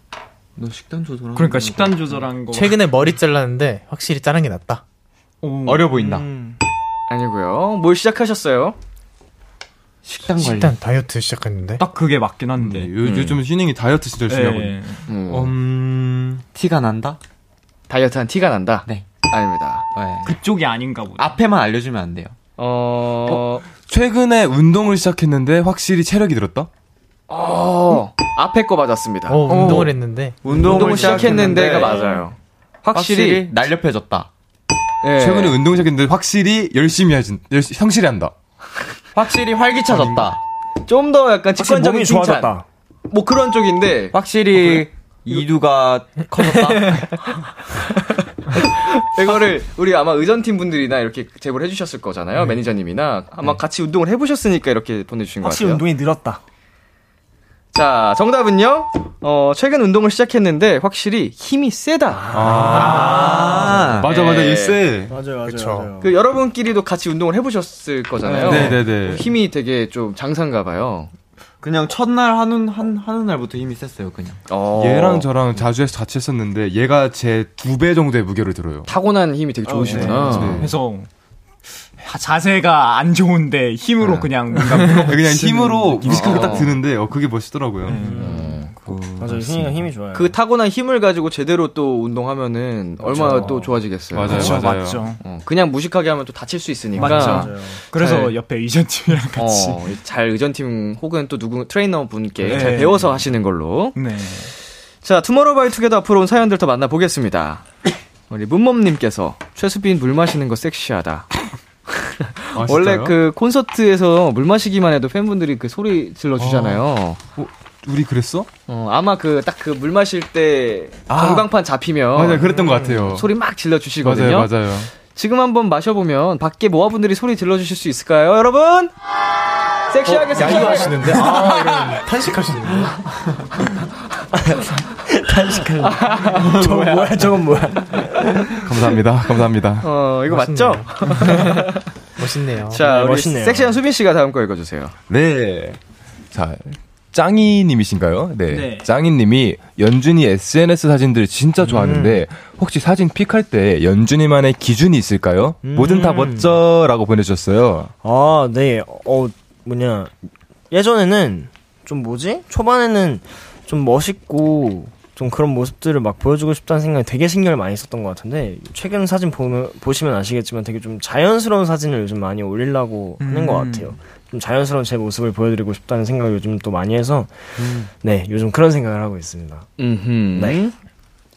G: 너 식단
E: 음.
G: 조절.
F: 그러니까 식단 조절한 거.
H: 최근에 머리 잘랐는데 확실히 자른 게 낫다.
G: 어려 보인다.
B: 아니고요. 뭘 시작하셨어요?
G: 식단 관리.
H: 일단 다이어트 시작했는데
F: 딱 그게 맞긴 한데.
D: 네,
E: 음,
D: 요, 요즘 휴닝이 다이어트 진짜 열심히
G: 네.
D: 하거든요.
F: 예.
B: 음,
F: 음.
G: 티가 난다?
B: 다이어트한 티가 난다.
G: 네.
B: 아닙니다.
G: 네.
F: 그쪽이 아닌가 보다.
G: 앞에만 알려주면 안 돼요.
B: 어,
D: 최근에 운동을 시작했는데 확실히 체력이 늘었다?
B: 어, 앞에 거 맞았습니다.
H: 어, 운동을 했는데
B: 운동을, 시작했는데가 맞아요. 확실히,
G: 확실히 날렵해졌다.
B: 예.
D: 최근에 운동 시작했는데 확실히 열심히 하진, 열, 성실히 한다.
G: 확실히 활기차졌다.
B: 좀 더 약간 직관적인
E: 몸이
B: 칭찬.
E: 좋아졌다.
B: 뭐 그런 쪽인데 어,
G: 확실히 이두가 커졌다.
B: 이거를 우리 아마 의전팀 분들이나 이렇게 제보를 해주셨을 거잖아요.
G: 네.
B: 매니저님이나 아마 같이 운동을 해보셨으니까 이렇게 보내주신 것 같아요.
E: 확실히 운동이 늘었다.
B: 자, 정답은요. 어, 최근 운동을 시작했는데 확실히 힘이 세다.
G: 아.
D: 맞아, 맞아,
B: 네.
D: 일세.
E: 맞아요, 맞아요.
H: 그쵸.
E: 맞아요.
B: 그 여러분끼리도 같이 운동을 해보셨을 거잖아요.
D: 네네네.
B: 힘이 되게 좀 장사인가 봐요.
G: 그냥 첫날 하는 한 하는 날부터 힘이 셌어요, 그냥.
B: 어,
D: 얘랑 저랑 자주 해서 같이 했었는데 얘가 제 두 배 정도의 무게를 들어요. 네.
B: 타고난 힘이 되게
G: 네,
B: 좋으시구나. 네.
F: 그래서 자세가 안 좋은데 힘으로 그냥 뭔가
B: 음.
D: 그냥 힘으로 무식하게 딱 드는데 어, 그게 멋있더라고요.
E: 맞아, 맞아요. 휘니가 힘이 좋아요.
D: 네.
B: 그 타고난 힘을 가지고 제대로 또 운동하면은 얼마나 또 좋아지겠어요.
D: 그렇죠. 맞아요, 그쵸, 맞아요. 맞죠.
B: 어, 그냥 무식하게 하면 또 다칠 수 있으니까.
F: 맞죠. 맞아요. 그래서 옆에 의전팀이랑 같이.
B: 어, 잘 의전팀 혹은 또 누구 트레이너 분께
F: 네.
B: 잘 배워서 하시는 걸로.
F: 네.
B: 자, 투모로우바이투게더 앞으로 온 사연들 더 만나보겠습니다. 우리 문mom님께서 최수빈 물 마시는 거 섹시하다. 원래
D: 진짜요?
B: 그 콘서트에서 물 마시기만 해도 팬분들이 그 소리 질러
D: 어.
B: 주잖아요.
D: 우리 그랬어?
B: 어, 아마 그 딱 그 물 마실 때
D: 아.
B: 전광판 잡히면
D: 맞아요, 그랬던 것 같아요.
B: 어. 소리 막 질러 주시거든요.
D: 맞아요, 맞아요.
B: 지금 한번 마셔보면 밖에 모아분들이 소리 질러 주실 수 있을까요, 여러분? 섹시하게
L: 어,
B: 섹시하게
L: 야유하시는데? 아, 이런
E: 음.
L: 탄식하시는데?
E: 탄식하는. 저거 뭐야? 저건 뭐야?
D: 감사합니다. 감사합니다.
B: 어, 이거 맞죠?
H: 멋있네요.
B: 자,
D: 네,
B: 우리
D: 멋있네요.
B: 섹시한 수빈 씨가 다음 거 읽어주세요.
D: 네. 자, 짱이님이신가요? 네.
B: 네.
D: 짱이님이 연준이 SNS 사진들
F: 음.
D: 진짜 좋아하는데 혹시 사진 픽할 때 연준이만의 기준이 있을까요? 뭐든
F: 음.
D: 다 멋져라고 보내주셨어요.
E: 아, 네. 어, 뭐냐. 예전에는 좀 뭐지? 초반에는 좀 멋있고 좀 그런 모습들을 막 보여주고 싶다는 생각에 되게 신경을 많이 썼던 것 같은데 최근 사진 보면, 보시면 아시겠지만 되게 좀 자연스러운 사진을 요즘 많이 올리려고 하는 것
F: 음.
E: 같아요. 좀 자연스러운 제 모습을 보여드리고 싶다는 생각을 요즘 또 많이 해서
H: 음.
E: 네, 요즘 그런 생각을 하고 있습니다.
B: 음.
E: 네.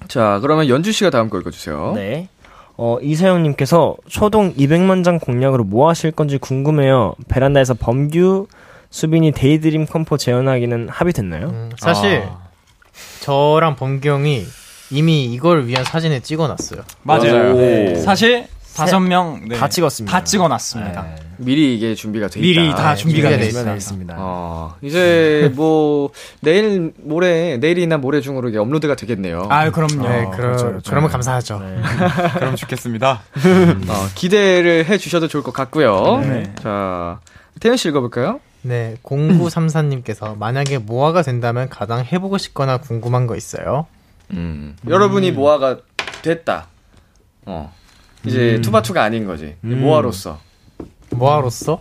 B: 자, 그러면 연주 씨가 다음 거 읽어주세요.
E: 네. 어, 이세영님께서 초동 200만 장 공략으로 뭐 하실 건지 궁금해요. 베란다에서 범규, 수빈이 데이드림 컴포 재현하기는 합의됐나요?
H: 음, 사실 저랑 범규 형이 이미 이걸 위한 사진을 찍어놨어요.
F: 맞아요.
B: 맞아요.
F: 네.
B: 오.
F: 사실
H: 세-
F: 다섯 명 다
H: 다 찍었습니다.
F: 다 찍어놨습니다.
E: 네,
B: 미리 이게 준비가 돼 있다.
F: 미리 다 준비가
B: 네,
F: 돼
B: 준비가
F: 있습니다.
B: 어, 이제 뭐 내일 모레 내일이나 모레 중으로 이게 업로드가 되겠네요.
F: 아유, 그럼요. 네, 그럼-
H: 그러면 감사하죠.
F: 아, 그럼 좋겠습니다.
B: 어, 기대를 해 주셔도 좋을 것 같고요.
H: 네.
B: 자, 태현 씨 읽어볼까요?
H: 네, 0934님께서 만약에 모아가 된다면 가장 해보고 싶거나 궁금한 거 있어요?
B: 여러분이 모아가 됐다. 어, 이제
H: 음.
B: 투바투가 아닌 거지.
H: 음.
B: 모아로서
H: 모아로서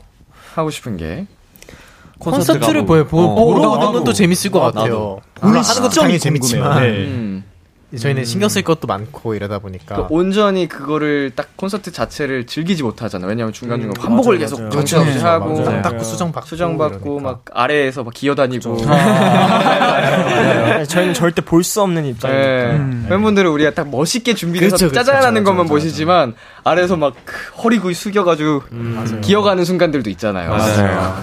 B: 하고 싶은 게
H: 콘서트 콘서트를
B: 가고.
H: 보여 보러
B: 어.
H: 오는
B: 나도.
H: 것도 재밌을 것
B: 나도.
H: 같아요.
B: 보는
H: 물론 하는 것도
B: 시점이 궁금해요.
H: 당연히 재밌지만
F: 예.
B: 네. 음.
H: 저희는
B: 음.
H: 신경 쓸 것도 많고 이러다 보니까
B: 그 온전히 그거를 딱 콘서트 자체를 즐기지 못하잖아. 왜냐하면 중간 중간
H: 음,
B: 반복을
H: 맞아요,
B: 계속
H: 맞아요.
B: 정신없이
H: 그렇죠.
B: 하고
H: 맞아요. 그러니까. 받고 수정 받고
B: 막 아래에서 막 기어다니고.
E: 네, 저희는 절대 볼 수 없는
F: 네.
E: 입장이니까. 음.
B: 예. 팬분들은 우리가 딱 멋있게 준비해서
E: 그렇죠, 그렇죠.
B: 짜잔하는
E: 맞아,
B: 것만
E: 맞아, 음.
B: 보시지만 아래에서 막그 허리구 숙여가지고 기어가는 순간들도 있잖아요.
D: 맞아요.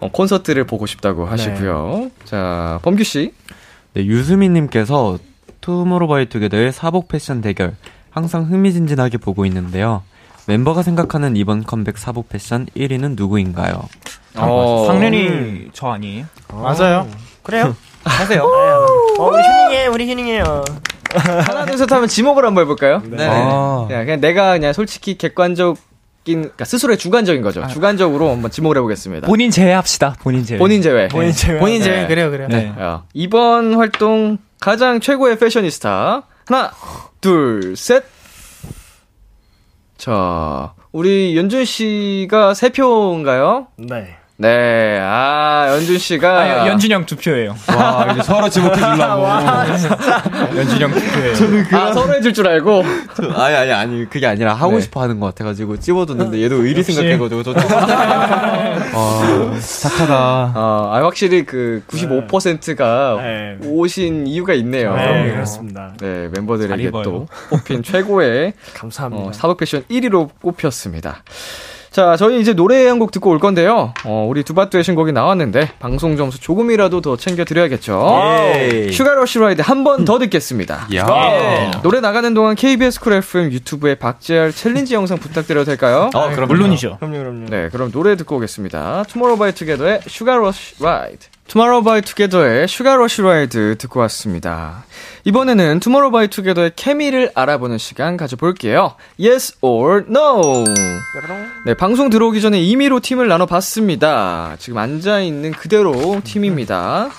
B: 어, 콘서트를 보고 싶다고 하시고요.
E: 네.
B: 자, 범규 씨.
G: 네, 유수민님께서 투모로바이투게더의 사복 패션 대결 항상 흥미진진하게 보고 있는데요. 멤버가 생각하는 이번 컴백 사복 패션 1위는 누구인가요?
E: 아,
F: 어. 상륜이 저 아니에요?
H: 맞아요.
E: 그래요?
F: 하세요.
E: 어, 우리 휴닝해, 우리 휴닝해요.
B: 하나 둘 셋 하면 지목을 한번 해볼까요?
E: 네.
B: 아. 그냥, 그냥 내가 그냥 솔직히 객관적인 그러니까 스스로의 주관적인 거죠.
E: 아.
B: 주관적으로 한번 지목을 해보겠습니다.
F: 본인 제외합시다. 본인 제외. 네.
B: 본인 제외.
F: 본인
E: 네.
F: 제외.
H: 본인 제외. 그래요, 그래요.
F: 네.
B: 야, 이번 활동 가장 최고의 패셔니스타. 하나, 둘, 셋. 자, 우리 연준 씨가 세 표인가요?
E: 네.
B: 네, 아, 연준 씨가.
F: 아, 연준이 형 두 표예요.
D: 와, 이제 서로 지목해 주려고.
F: 연준이 형 두 표예요.
B: 아, 서로 해줄 줄 알고.
G: 아니 아니 아니 그게 아니라 하고
D: 네.
G: 싶어 하는 것 같아가지고 찝어뒀는데 얘도 의리 생각해가지고 저
D: 아, 착하다.
B: 어, 아, 확실히 그 95%가 오신 이유가 있네요.
E: 네, 그렇습니다.
B: 네,
E: 잘
B: 멤버들에게
E: 입어요.
B: 또 뽑힌 최고의
E: 감사합니다.
B: 어, 사복 패션 1위로 꼽혔습니다. 자, 저희 이제 노래 한 곡 듣고 올 건데요. 어, 우리 두바뚜의 신곡이 나왔는데 방송 점수 조금이라도 더 챙겨 드려야겠죠.
G: 예.
B: 슈가러시 라이드 한 번더 듣겠습니다.
G: 야.
B: 예. 노래 나가는 동안 KBS 쿨 FM 유튜브에 박재할 챌린지 영상 부탁드려도 될까요?
F: 아,
G: 어, 그럼요. 물론이죠.
E: 그럼요, 그럼요.
B: 네, 그럼 노래 듣고 오겠습니다. 투모로우 바이 투게더의 슈가러시 라이드. 투모로우 바이 투게더의 슈가러시 라이드 듣고 왔습니다. 이번에는 투모로우 바이 투게더의 케미를 알아보는 시간 가져볼게요. Yes or no. 네, 방송 들어오기 전에 임의로 팀을 나눠봤습니다. 지금 앉아있는 그대로 팀입니다.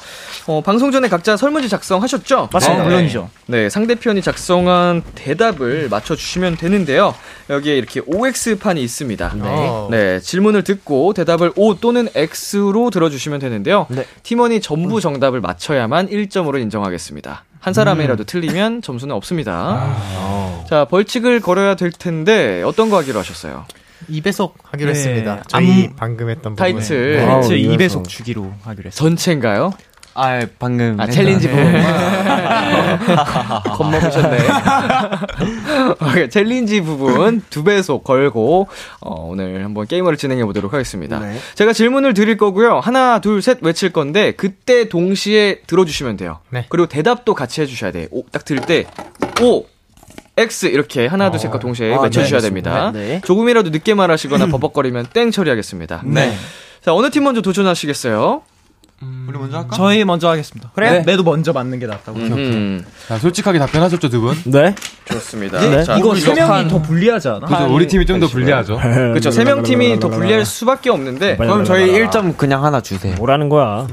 B: 어, 방송 전에 각자 설문지 작성하셨죠?
F: 맞습니다. 네, 물론이죠.
B: 네, 상대편이 작성한 대답을 맞춰주시면 되는데요. 여기에 이렇게 OX판이 있습니다.
F: 네.
B: 네, 질문을 듣고 대답을 O 또는 X로 들어주시면 되는데요. 팀원이 전부 정답을 맞춰야만 1점으로 인정하겠습니다. 한 사람이라도 틀리면 점수는 없습니다. 자, 벌칙을 걸어야 될 텐데 어떤 거 하기로 하셨어요?
H: 2배속 하기로
F: 네,
H: 했습니다.
F: 저희
H: 저희 방금 했던
B: 타이틀.
H: 부분에.
B: 아우,
E: 네,
F: 타이틀
B: 이어서.
F: 2배속 주기로 하기로 했어요.
B: 전체인가요?
G: 아, 방금.
B: 아,
G: 했나?
B: 챌린지
G: 네.
B: 부분만. 겁먹으셨네. 오케이, 챌린지 부분 두 배속 걸고, 어, 오늘 한번 게임을 진행해 보도록 하겠습니다. 제가 질문을 드릴 거고요. 하나, 둘, 셋 외칠 건데, 그때 동시에 들어주시면 돼요. 그리고 대답도 같이 해주셔야 돼요. 오, 딱 들 때, 오! X 이렇게 하나 둘 셋과 동시에
E: 아,
B: 외쳐주셔야
E: 네,
B: 됩니다.
E: 알겠습니다. 네.
B: 조금이라도 늦게 말하시거나 버벅거리면 땡 처리하겠습니다.
F: 네.
B: 자 어느 팀 먼저 도전하시겠어요?
F: 우리 먼저 할까? 저희 먼저 하겠습니다. 네.
B: 그래?
F: 매도 먼저 맞는 게 낫다고.
D: 자, 솔직하게 답변하셨죠, 두 분?
E: 네.
B: 음. 좋습니다.
F: 근데 이거 세 명이 더 불리하지 않아?
D: 그죠, 우리 팀이
B: 네.
D: 좀 더 불리하죠.
E: 네,
B: 그렇죠. 세 명 팀이 더 불리할 수밖에 없는데
G: 그럼 저희 1점 그냥 하나 주세요.
E: 뭐라는 거야?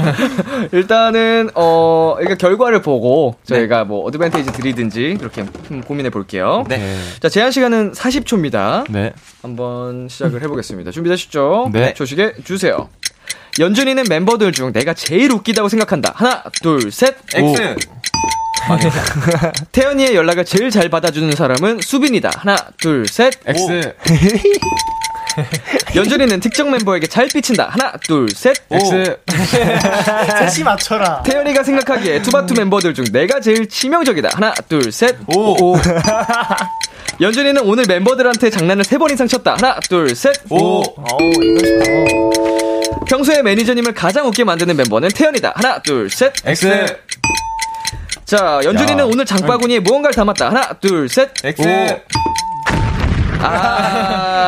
B: 일단은 어 그러니까 결과를 보고 저희가 뭐 어드밴테이지 드리든지 그렇게 한번 고민해 볼게요.
G: 네.
B: 자 제한 시간은 40초입니다.
D: 네.
B: 한번 시작을 해보겠습니다. 준비되셨죠?
D: 네.
B: 조식에 주세요. 연준이는 멤버들 중 내가 제일 웃기다고 생각한다. 하나, 둘, 셋.
G: 오.
B: 태연이의 연락을 제일 잘 받아주는 사람은 수빈이다. 하나, 둘, 셋.
D: X.
B: 연준이는 특정 멤버에게 잘 삐친다. 하나, 둘, 셋.
D: X.
H: 다시 맞춰라.
B: 태연이가 생각하기에 투바투 멤버들 중 내가 제일 치명적이다. 하나, 둘, 셋. 오. 연준이는 오늘 멤버들한테 장난을 세 번 이상 쳤다. 하나, 둘, 셋. 오. 평소에 매니저님을 가장 웃게 만드는 멤버는 태연이다. 하나, 둘, 셋.
D: X.
G: 네.
B: 자, 연준이는
D: 야.
B: 오늘 장바구니에 무언가를 담았다. 하나, 둘, 셋.
D: X.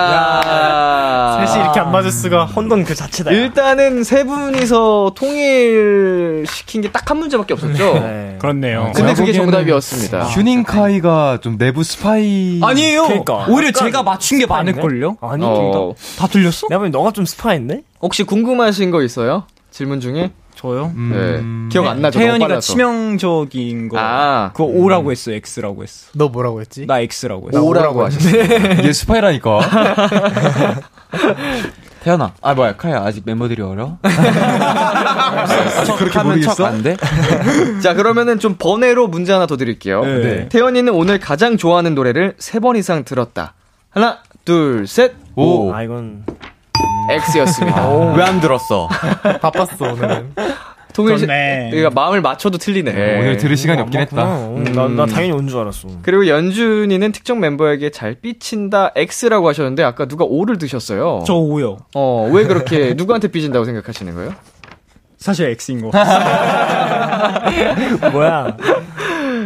B: 아.
H: 셋이 이렇게 안 맞을 수가.
E: 혼돈 그 자체다.
B: 일단은 세 분이서 통일시킨 게 딱 한 문제밖에 없었죠.
L: 그렇네요.
B: 근데 어. 그게 정답이었습니다.
D: 아,
B: 네.
D: 휴닝카이가 좀 내부 스파이.
F: 아니에요.
E: 그러니까.
F: 오히려
E: 약간
F: 제가 맞춘 게
E: 스파인데?
F: 많을걸요?
E: 아니,
B: 어.
F: 다 틀렸어?
E: 내가 보니 너가 좀 스파인데?
B: 혹시 궁금하신 거 있어요? 질문 중에?
F: 저요?
B: 네. 기억 안 나죠? 너무
F: 태연이가
B: 빨라서.
F: 치명적인 거.
B: 아.
F: 그거 O라고 했어, X라고 했어.
H: 너 뭐라고 했지?
F: 나 X라고 했어.
B: 오라고 하셨어요.
D: 이게 스파이라니까.
G: 태연아. 아, 뭐야, 카야. 아직 멤버들이 어려?
D: 그렇게
G: 하면
D: 모르겠어?
G: 척안 돼?
B: 자, 그러면은 좀 번외로 문제 하나 더 드릴게요.
D: 네.
B: 태연이는 오늘 가장 좋아하는 노래를 세 번 이상 들었다. 하나, 둘, 셋.
D: 오.
E: 아, 이건.
B: X였습니다.
G: 왜 안 들었어?
H: 바빴어 오늘은.
B: 통일,
L: 그렇네.
B: 그러니까 마음을 맞춰도 틀리네.
D: 오늘 들을 시간이 없긴 했다.
E: 어,
F: 음.
E: 나, 나 당연히 온 줄 알았어.
B: 그리고 연준이는 특정 멤버에게 잘 삐친다 X라고 하셨는데 아까 누가 O를 드셨어요.
F: 저 O요.
B: 어, 왜 그렇게 누구한테 삐진다고 생각하시는 거예요?
F: 사실 X인 거. 같아요.
E: 뭐야?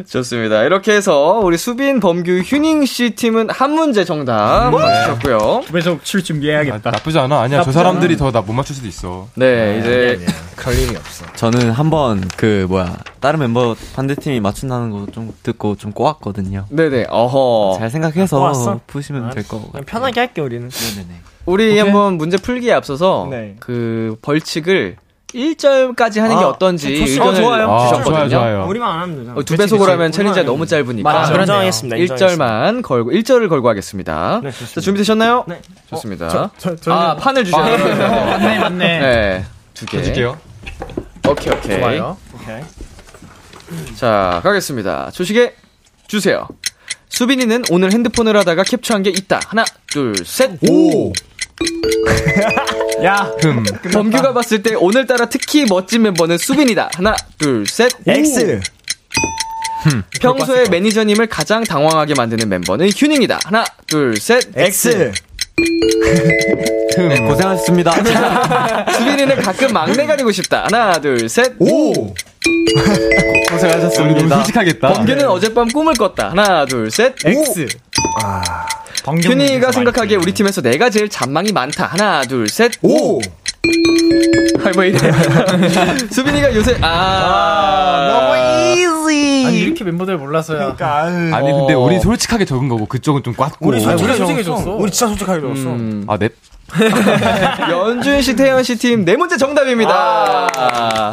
B: 좋습니다. 이렇게 해서 우리 수빈, 범규, 휴닝 씨 팀은 한 문제 정답 맞추셨고요.
F: 그래서 칠 준비해야겠다.
D: 나쁘지 않아. 아니야. 저 사람들이 더 나 못 맞출 수도 있어.
B: 네, 이제
F: 아,
E: 갈 일이 없어.
G: 저는 한번 그, 뭐야, 다른 멤버 반대팀이 맞춘다는 거 좀 듣고 좀 꼬았거든요.
B: 네네. 어허.
G: 잘
E: 꼬았어?
G: 생각해서 푸시면 될 거.
E: 그냥 편하게 할게, 우리는.
G: 네네네.
B: 우리 한번 문제 풀기에 앞서서
E: 네.
B: 그 벌칙을 1절까지 하는 게
E: 아,
B: 어떤지
E: 좋습니다.
B: 의견을
D: 아,
B: 주셨거든요.
D: 좋아요,
F: 네.
D: 좋아요.
E: 우리만 안 하면 되잖아.
B: 어, 두 배속으로 하면 챌린지가 너무 짧으니까
H: 맞아. 그러네요.
E: 인정하겠습니다.
B: 1절만 걸고 1절을 걸고 하겠습니다. 자, 준비되셨나요? 네. 좋습니다. 아, 판을 주셨네요.
F: 맞네, 맞네.
B: 네. 두 개.
D: 해줄게요.
B: 오케이, 오케이.
H: 좋아요.
E: 오케이.
B: 자, 가겠습니다. 조식에 주세요. 수빈이는 오늘 핸드폰을 하다가 캡처한 게 있다. 하나, 둘, 셋. 오. 음.
F: 야,
D: 흠.
B: 범규가 봤을 때 오늘따라 특히 멋진 멤버는 수빈이다. 하나, 둘, 셋.
E: X!
D: 그
B: 평소에 매니저님을 가장 당황하게 만드는 멤버는 휴닝이다. 하나, 둘, 셋.
E: X!
G: 네, 고생하셨습니다.
B: 수빈이는 가끔 막내가 되고 싶다. 하나, 둘, 셋.
D: 오. 고생하셨습니다. 솔직하겠다.
B: 범규는 어젯밤 꿈을 꿨다. 하나, 둘, 셋.
E: X!
F: 아.
B: 휴닝이가 생각하기에 우리 팀에서 내가 제일 잔망이 많다. 하나, 둘, 셋.
E: 오!
B: 아이, 뭐 이래. 수빈이가 요새, 아.
H: 아니 이렇게 멤버들 몰라서야.
D: 네. 아니 근데 우리 솔직하게 적은 거고 그쪽은 좀 꽉고. 네.
E: 우리 솔직히 줬어. 우리 진짜 솔직하게 줬어.
B: 음,
D: 아 넵.
G: 아.
B: 연준 씨, 태연 씨 팀 네 문제 정답입니다. 네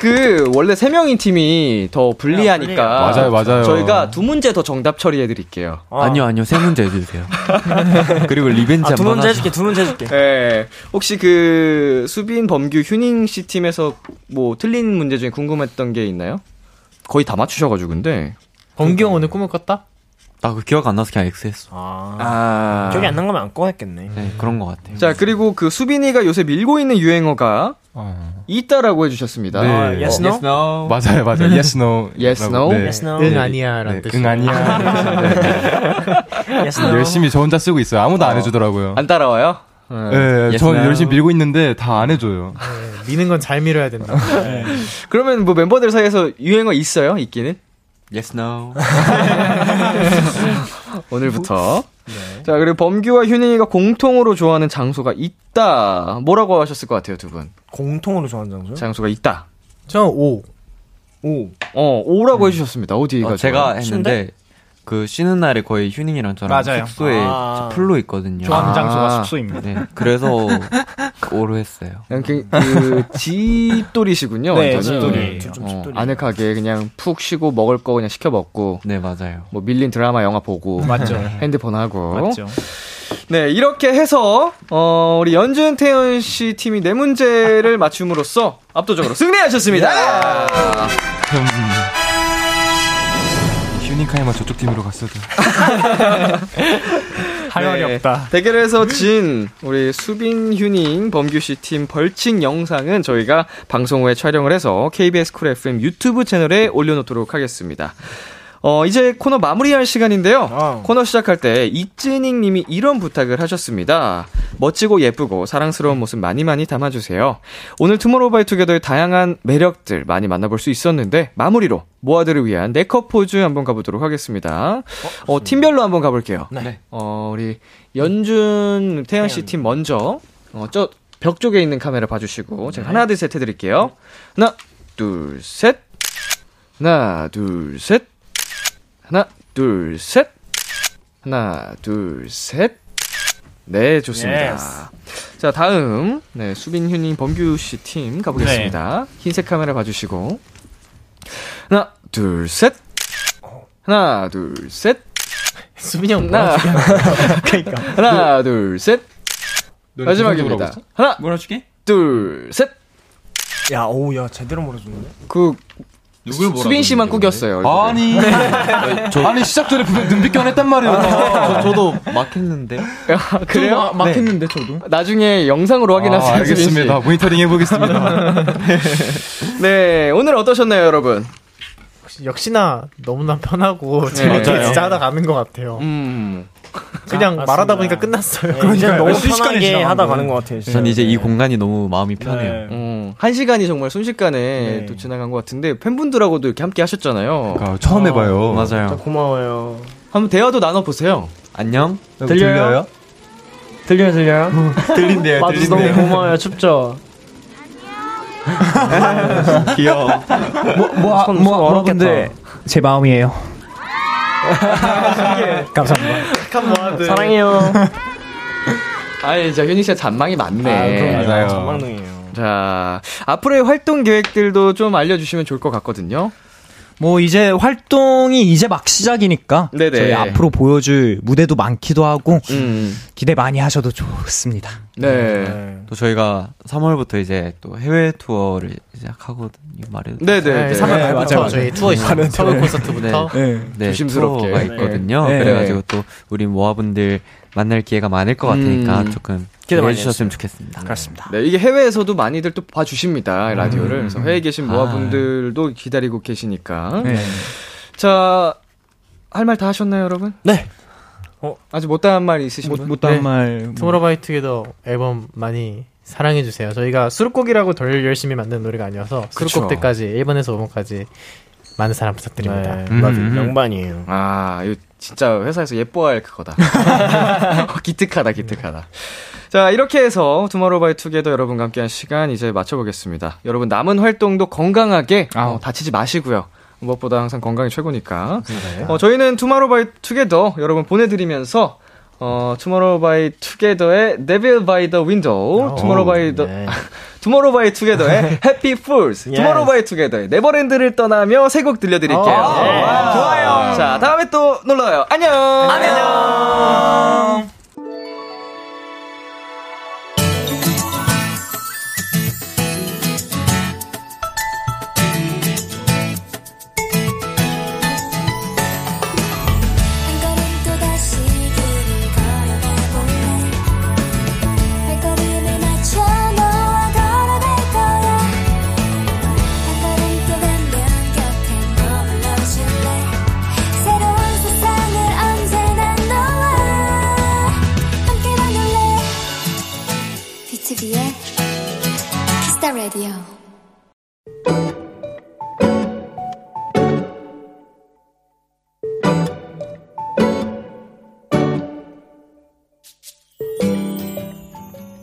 B: 그 원래 세 명인 팀이 더 불리하니까
G: 야, 불리해요. 맞아요, 맞아요.
B: 저희가 두 문제 더 정답 처리해 드릴게요.
G: 아니요, 아니요. 세 문제 해주세요. 그리고 리벤지 한번 하죠.
E: 두
G: 네.
E: 문제 해줄게.
B: 예. 혹시 그 수빈, 범규, 휴닝 씨 팀에서 뭐 틀린 문제 중에 궁금했던 게 있나요? 거의 다 맞추셔가지고 근데.
H: 범규 형 오늘 꿈을 꿨다?
G: 나 그 기억 안 나서 그냥 X했어.
B: 아.
E: 기억이 안 난 거면 안 꺼냈겠네.
G: 네, 그런 것 같아요.
B: 자 그리고 그 수빈이가 요새 밀고 있는 유행어가 있다라고 해주셨습니다.
D: 네. 아, yes, no? Yes, no. 맞아요, 맞아요. Yes, no.
B: yes no.
D: 네. Yes, no. 응,
H: 아니야라는
D: 뜻. 응 아니야. 네. 열심히 저 혼자 쓰고 있어요. 아무도 안 해주더라고요.
B: 안 따라와요?
D: 예, 저 열심히 밀고 있는데 다 안 해줘요.
H: 미는 건 잘 밀어야 된다.
B: 그러면 뭐 멤버들 사이에서 유행어 있어요? 있기는?
G: Yes, no.
B: 오늘부터.
G: 네.
B: 자 그리고 범규와 휴닝이가 공통으로 좋아하는 장소가 있다. 뭐라고 하셨을 것 같아요 두 분?
E: 공통으로 좋아하는 장소요?
B: 장소가 있다.
H: 저 오.
E: 오.
B: 어 오라고 해주셨습니다. 어디가?
G: 어, 제가
B: 좋아요?
G: 했는데 그 쉬는 날에 거의 휴닝이랑 저랑
F: 맞아요.
G: 숙소에
F: 아.
G: 저 풀로 있거든요.
F: 좋아하는 장소가 숙소입니다.
G: 네, 그래서 오로 했어요.
B: 그냥 그, 그 집돌이시군요.
G: 네,
B: 완전히.
G: 집돌이에요.
B: 어,
G: 좀 집돌이에요.
B: 아늑하게 그냥 푹 쉬고 먹을 거 그냥 시켜 먹고.
G: 네 맞아요.
B: 뭐 밀린 드라마 영화 보고.
F: 맞죠.
G: 네.
B: 핸드폰 하고.
F: 맞죠.
B: 네 이렇게 해서 어, 우리 연준 태연 씨 팀이 네 문제를 맞춤으로써 압도적으로 승리하셨습니다.
D: 휴닝카이만 저쪽 팀으로 갔어도.
G: 네.
F: 할 말이 없다.
B: 네. 대결에서 진 우리 수빈, 휴닝, 범규 씨 팀 벌칙 영상은 저희가 방송 후에 촬영을 해서 KBS 쿨 FM 유튜브 채널에 올려놓도록 하겠습니다. 어, 이제 코너 마무리할 시간인데요.
F: 아.
B: 코너 시작할 때 이쯔닝 님이 이런 부탁을 하셨습니다. 멋지고 예쁘고 사랑스러운 모습 많이 많이 담아주세요. 오늘 투모로우바이투게더의 다양한 매력들 많이 만나볼 수 있었는데 마무리로 모아들을 위한 네컷 포즈 한번 가보도록 하겠습니다. 어, 팀별로 한번 가볼게요.
G: 네.
B: 어, 우리 연준 태연 씨 팀 먼저 어, 저 벽 쪽에 있는 카메라 봐주시고
H: 네.
B: 제가 하나 둘 셋 해드릴게요. 하나 둘 셋. 하나 둘 셋. 하나 둘 셋. 하나 둘 셋. 네 좋습니다. 자 다음 네 수빈 휴님 범규 씨 팀 가보겠습니다.
H: 네.
B: 흰색 카메라 봐주시고 하나 둘 셋. 하나 둘 셋.
H: 어. 수빈이 형
B: 하나
H: 뭐야?
B: 하나 둘 셋
D: 그
B: 마지막입니다
E: 물어보지?
B: 하나
G: 몰아주기?
B: 둘셋그
E: 야, 오우, 야, 제대로 몰아주는데?
B: 누굴 수빈 씨만 꾸겼어요 얼굴을.
D: 아니. 네. 아니, 시작 전에 눈빛 교환했단 말이에요.
G: 저, 도 막했는데.
B: 아, 그래요?
H: 막, 막 했는데
G: 아,
H: 저도.
B: 나중에 영상으로 확인하세요
D: 아,
B: 수빈 씨.
D: 알겠습니다. 모니터링 해보겠습니다.
B: 네 오늘 어떠셨나요 여러분
H: 역시나 너무나 편하고
B: 네.
H: 재밌게
B: 맞아요.
H: 진짜 하다 가는 것 같아요.
B: 음
H: 그냥
E: 맞습니다.
H: 말하다 보니까 끝났어요.
E: 네, 이제 너무
F: 순식간에
E: 편하게
F: 지나간
E: 하다
F: 거예요.
E: 가는 것 같아요. 진짜.
G: 전 이제 이 공간이 너무 마음이 편해요.
E: 네.
B: 음, 한 시간이 정말 순식간에
E: 네.
B: 또 지나간 것 같은데 팬분들하고도 이렇게 함께 하셨잖아요
D: 그러니까 처음 해봐요.
E: 진짜
G: 맞아요.
E: 고마워요.
B: 한번 대화도 나눠보세요
G: 안녕.
D: 어,
E: 들려요? 들려요, 들려요?
D: 들린대요,
E: 맞아서 너무 고마워요. 춥죠?
D: 귀여워.
G: 어,
F: 뭐,
E: 손, 손 얼었겠다.
F: 제 마음이에요. 예.
E: 사랑해요.
B: 아니 진짜 현희 씨가 잔망이 많네
D: 맞아요.
E: 전망동이에요.
B: 자 앞으로의 활동 계획들도 좀 알려주시면 좋을 것 같거든요
F: 뭐 이제 활동이 이제 막 시작이니까
B: 네네.
F: 저희 앞으로 보여줄 무대도 많기도 하고
B: 음
F: 기대 많이 하셔도 좋습니다.
B: 네.
G: 또 저희가 3월부터 이제 또 해외 투어를 시작하거든요. 말해도
B: 네네.
H: 네,
B: 네.
H: 3월
F: 네,
H: 말부터
F: 맞아요.
H: 저희 투어 있어요. 서울 콘서트부터.
F: 네.
G: 네,
B: 조심스럽게.
G: 투어가 있거든요.
F: 네.
G: 그래가지고 또 우리 모아분들 만날 기회가 많을 것 같으니까
B: 음.
G: 조금
E: 기대
G: 기대해
E: 많이
G: 주셨으면 좋겠습니다. 그렇습니다.
B: 네, 이게 해외에서도 많이들 또 봐주십니다. 라디오를.
G: 음.
B: 그래서 해외에 계신
G: 아.
B: 모아분들도 기다리고 계시니까.
F: 네.
B: 자, 할 말 다 하셨나요, 여러분? 어,
E: 네.
B: 아직 못다한 말 있으신 분?
F: 뭐, 못다한
H: 네.
F: 말. 뭐-
H: 투모로우바이투게더 앨범 많이 사랑해 주세요. 저희가 수록곡이라고 덜 열심히 만든 노래가 아니어서 수록곡 때까지 1번에서 5번까지 많은 사랑 부탁드립니다.
E: 네, 맞아요.
H: 음.
E: 명반이에요.
B: 아, 이거 진짜 회사에서 예뻐할 그거다. 어, 기특하다, 기특하다. 자, 이렇게 해서 투모로우바이투게더 여러분과 함께한 시간 이제 마쳐보겠습니다. 여러분 남은 활동도 건강하게 어, 다치지 마시고요. 무엇보다 항상 건강이 최고니까. 어, 저희는 투모로우바이투게더 여러분 보내드리면서 어, Tomorrow by Together의 Devil by the Window, Tomorrow by
H: 네.
B: the,
E: 네.
B: Tomorrow by Together의 Happy Fools, Tomorrow by Together의 네버랜드를 떠나며 세 곡 들려드릴게요. 아, 좋아요. 자, 다음에 또 놀러요. 안녕! 안녕!
C: 한 걸음 또다시 길을 걸어가볼래 발걸음을 맞춰 너와 걸어갈 거야 한 걸음 또 가면 곁에 머물러줄래 새로운 세상을 언제나 너와 함께 만들래 BTOB의 키스타 라디오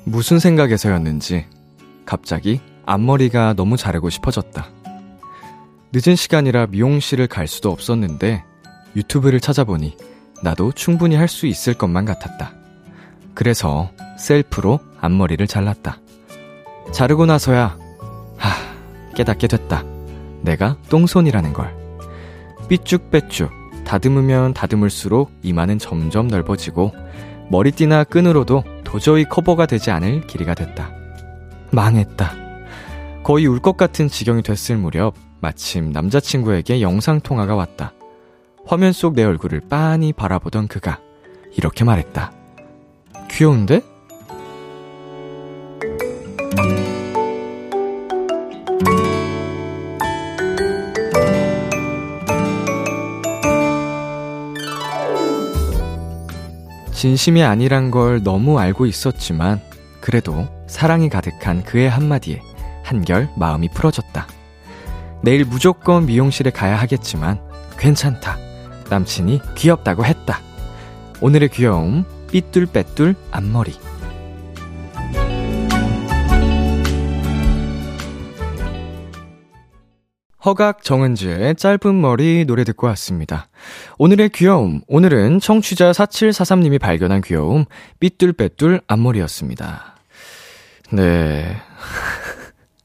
B: 무슨 생각에서였는지 갑자기 앞머리가 너무 자르고 싶어졌다. 늦은 시간이라 미용실을 갈 수도 없었는데 유튜브를 찾아보니 나도 충분히 할 수 있을 것만 같았다. 그래서 셀프로 앞머리를 잘랐다. 자르고 나서야 하 깨닫게 됐다. 내가 똥손이라는 걸. 삐쭉빼쭉 다듬으면 다듬을수록 이마는 점점 넓어지고 머리띠나 끈으로도 도저히 커버가 되지 않을 길이가 됐다. 망했다. 거의 울 것 같은 지경이 됐을 무렵 마침 남자친구에게 영상통화가 왔다. 화면 속 내 얼굴을 빤히 바라보던 그가 이렇게 말했다. 귀여운데? 진심이 아니란 걸 너무 알고 있었지만 그래도 사랑이 가득한 그의 한마디에 한결 마음이 풀어졌다. 내일 무조건 미용실에 가야 하겠지만 괜찮다. 남친이 귀엽다고 했다. 오늘의 귀여움 삐뚤빼뚤 앞머리. 허각 정은지의 짧은 머리 노래 듣고 왔습니다. 오늘의 귀여움, 오늘은 청취자 4743님이 발견한 귀여움, 삐뚤빼뚤 앞머리였습니다. 네.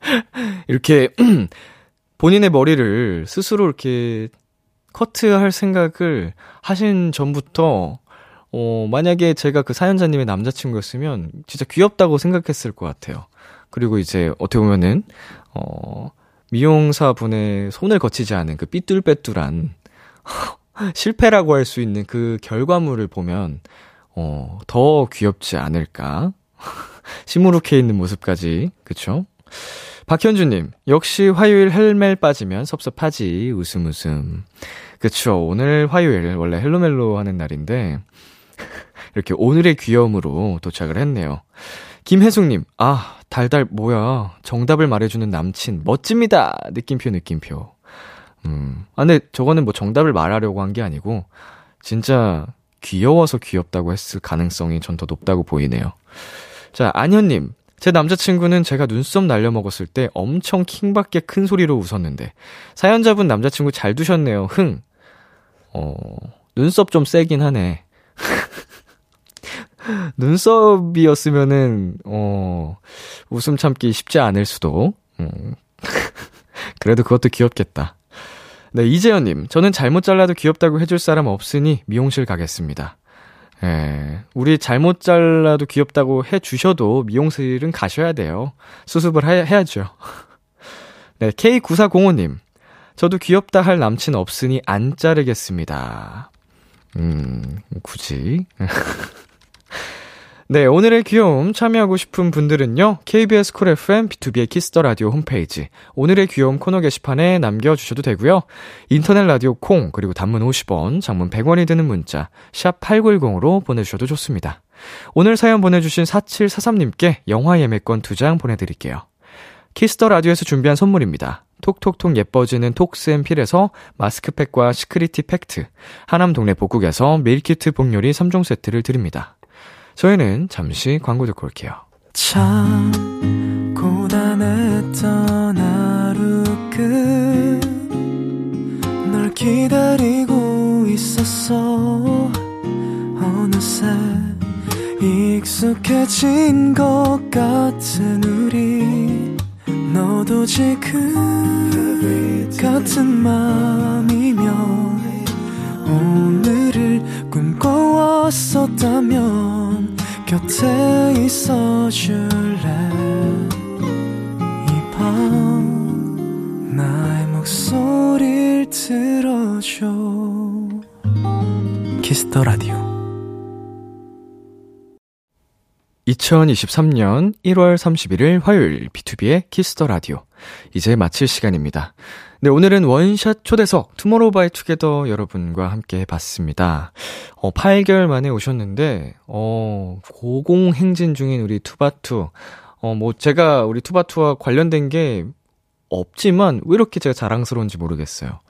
B: 이렇게 본인의 머리를 스스로 이렇게 커트할 생각을 하신 전부터, 어, 만약에 제가 그 사연자님의 남자친구였으면 진짜 귀엽다고 생각했을 것 같아요. 그리고 이제 어떻게 보면은, 어, 미용사분의 손을 거치지 않은 그 삐뚤빼뚤한 실패라고 할 수 있는 그 결과물을 보면 어, 더 귀엽지 않을까? 시무룩해 있는 모습까지. 그쵸? 박현주님, 역시 화요일 헬멜 빠지면 섭섭하지. 웃음 웃음. 그쵸. 오늘 화요일, 원래 헬로멜로 하는 날인데, 이렇게 오늘의 귀여움으로 도착을 했네요. 김혜숙님, 아, 달달, 뭐야. 정답을 말해주는 남친, 멋집니다! 느낌표, 느낌표. 음, 아, 근데 저거는 뭐 정답을 말하려고 한 게 아니고, 진짜 귀여워서 귀엽다고 했을 가능성이 전 더 높다고 보이네요. 자, 안현님. 제 남자친구는 제가 눈썹 날려먹었을 때 엄청 킹받게 큰 소리로 웃었는데, 사연자분 남자친구 잘 두셨네요, 흥. 어, 눈썹 좀 세긴 하네. 눈썹이었으면은, 어, 웃음 참기 쉽지 않을 수도. 음. 그래도 그것도 귀엽겠다. 네, 이재현님. 저는 잘못 잘라도 귀엽다고 해줄 사람 없으니 미용실 가겠습니다. 예, 우리 잘못 잘라도 귀엽다고 해주셔도 미용실은 가셔야 돼요. 수습을 해, 해야죠. 네, K9405님. 저도 귀엽다 할 남친 없으니 안 자르겠습니다. 음, 굳이. 네, 오늘의 귀여움 참여하고 싶은 분들은요, KBS 쿨 FM B2B의 키스터 라디오 홈페이지, 오늘의 귀여움 코너 게시판에 남겨주셔도 되고요 인터넷 라디오 콩, 그리고 단문 50원, 장문 100원이 드는 문자, 샵8910으로 보내주셔도 좋습니다. 오늘 사연 보내주신 4743님께 영화 예매권 2장 보내드릴게요. 키스터 라디오에서 준비한 선물입니다. 톡톡톡 예뻐지는 톡스앤필에서 마스크팩과 시크리티 팩트, 하남 동네 복국에서 밀키트 복요리 3종 세트를 드립니다. 저희는 잠시 광고 듣고 올게요.
A: 참 고단했던 하루 끝널 기다리고 있었어 어느새 곳에 익숙해진 것 같은 우리 너도 지금 같은 맘이면 오늘을 꿈꿔왔었다면 곁에 있어줄래 이 밤 나의 목소리를 들어줘 키스터 라디오
B: 2023년 1월 31일 화요일 B2B의 키스터 라디오 이제 마칠 시간입니다. 네, 오늘은 원샷 초대석 투모로우바이투게더 여러분과 함께 해봤습니다. 어, 8개월 만에 오셨는데 어, 고공 행진 중인 우리 투바투 어, 뭐 제가 우리 투바투와 관련된 게 없지만 왜 이렇게 제가 자랑스러운지 모르겠어요.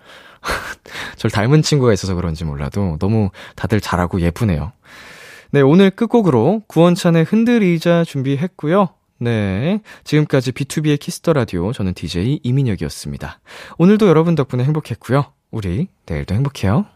B: 절 닮은 친구가 있어서 그런지 몰라도 너무 다들 잘하고 예쁘네요. 네, 오늘 끝곡으로 구원찬의 흔들이자 준비했고요. 네, 지금까지 B2B의 키스터 라디오 저는 DJ 이민혁이었습니다. 오늘도 여러분 덕분에 행복했고요. 우리 내일도 행복해요.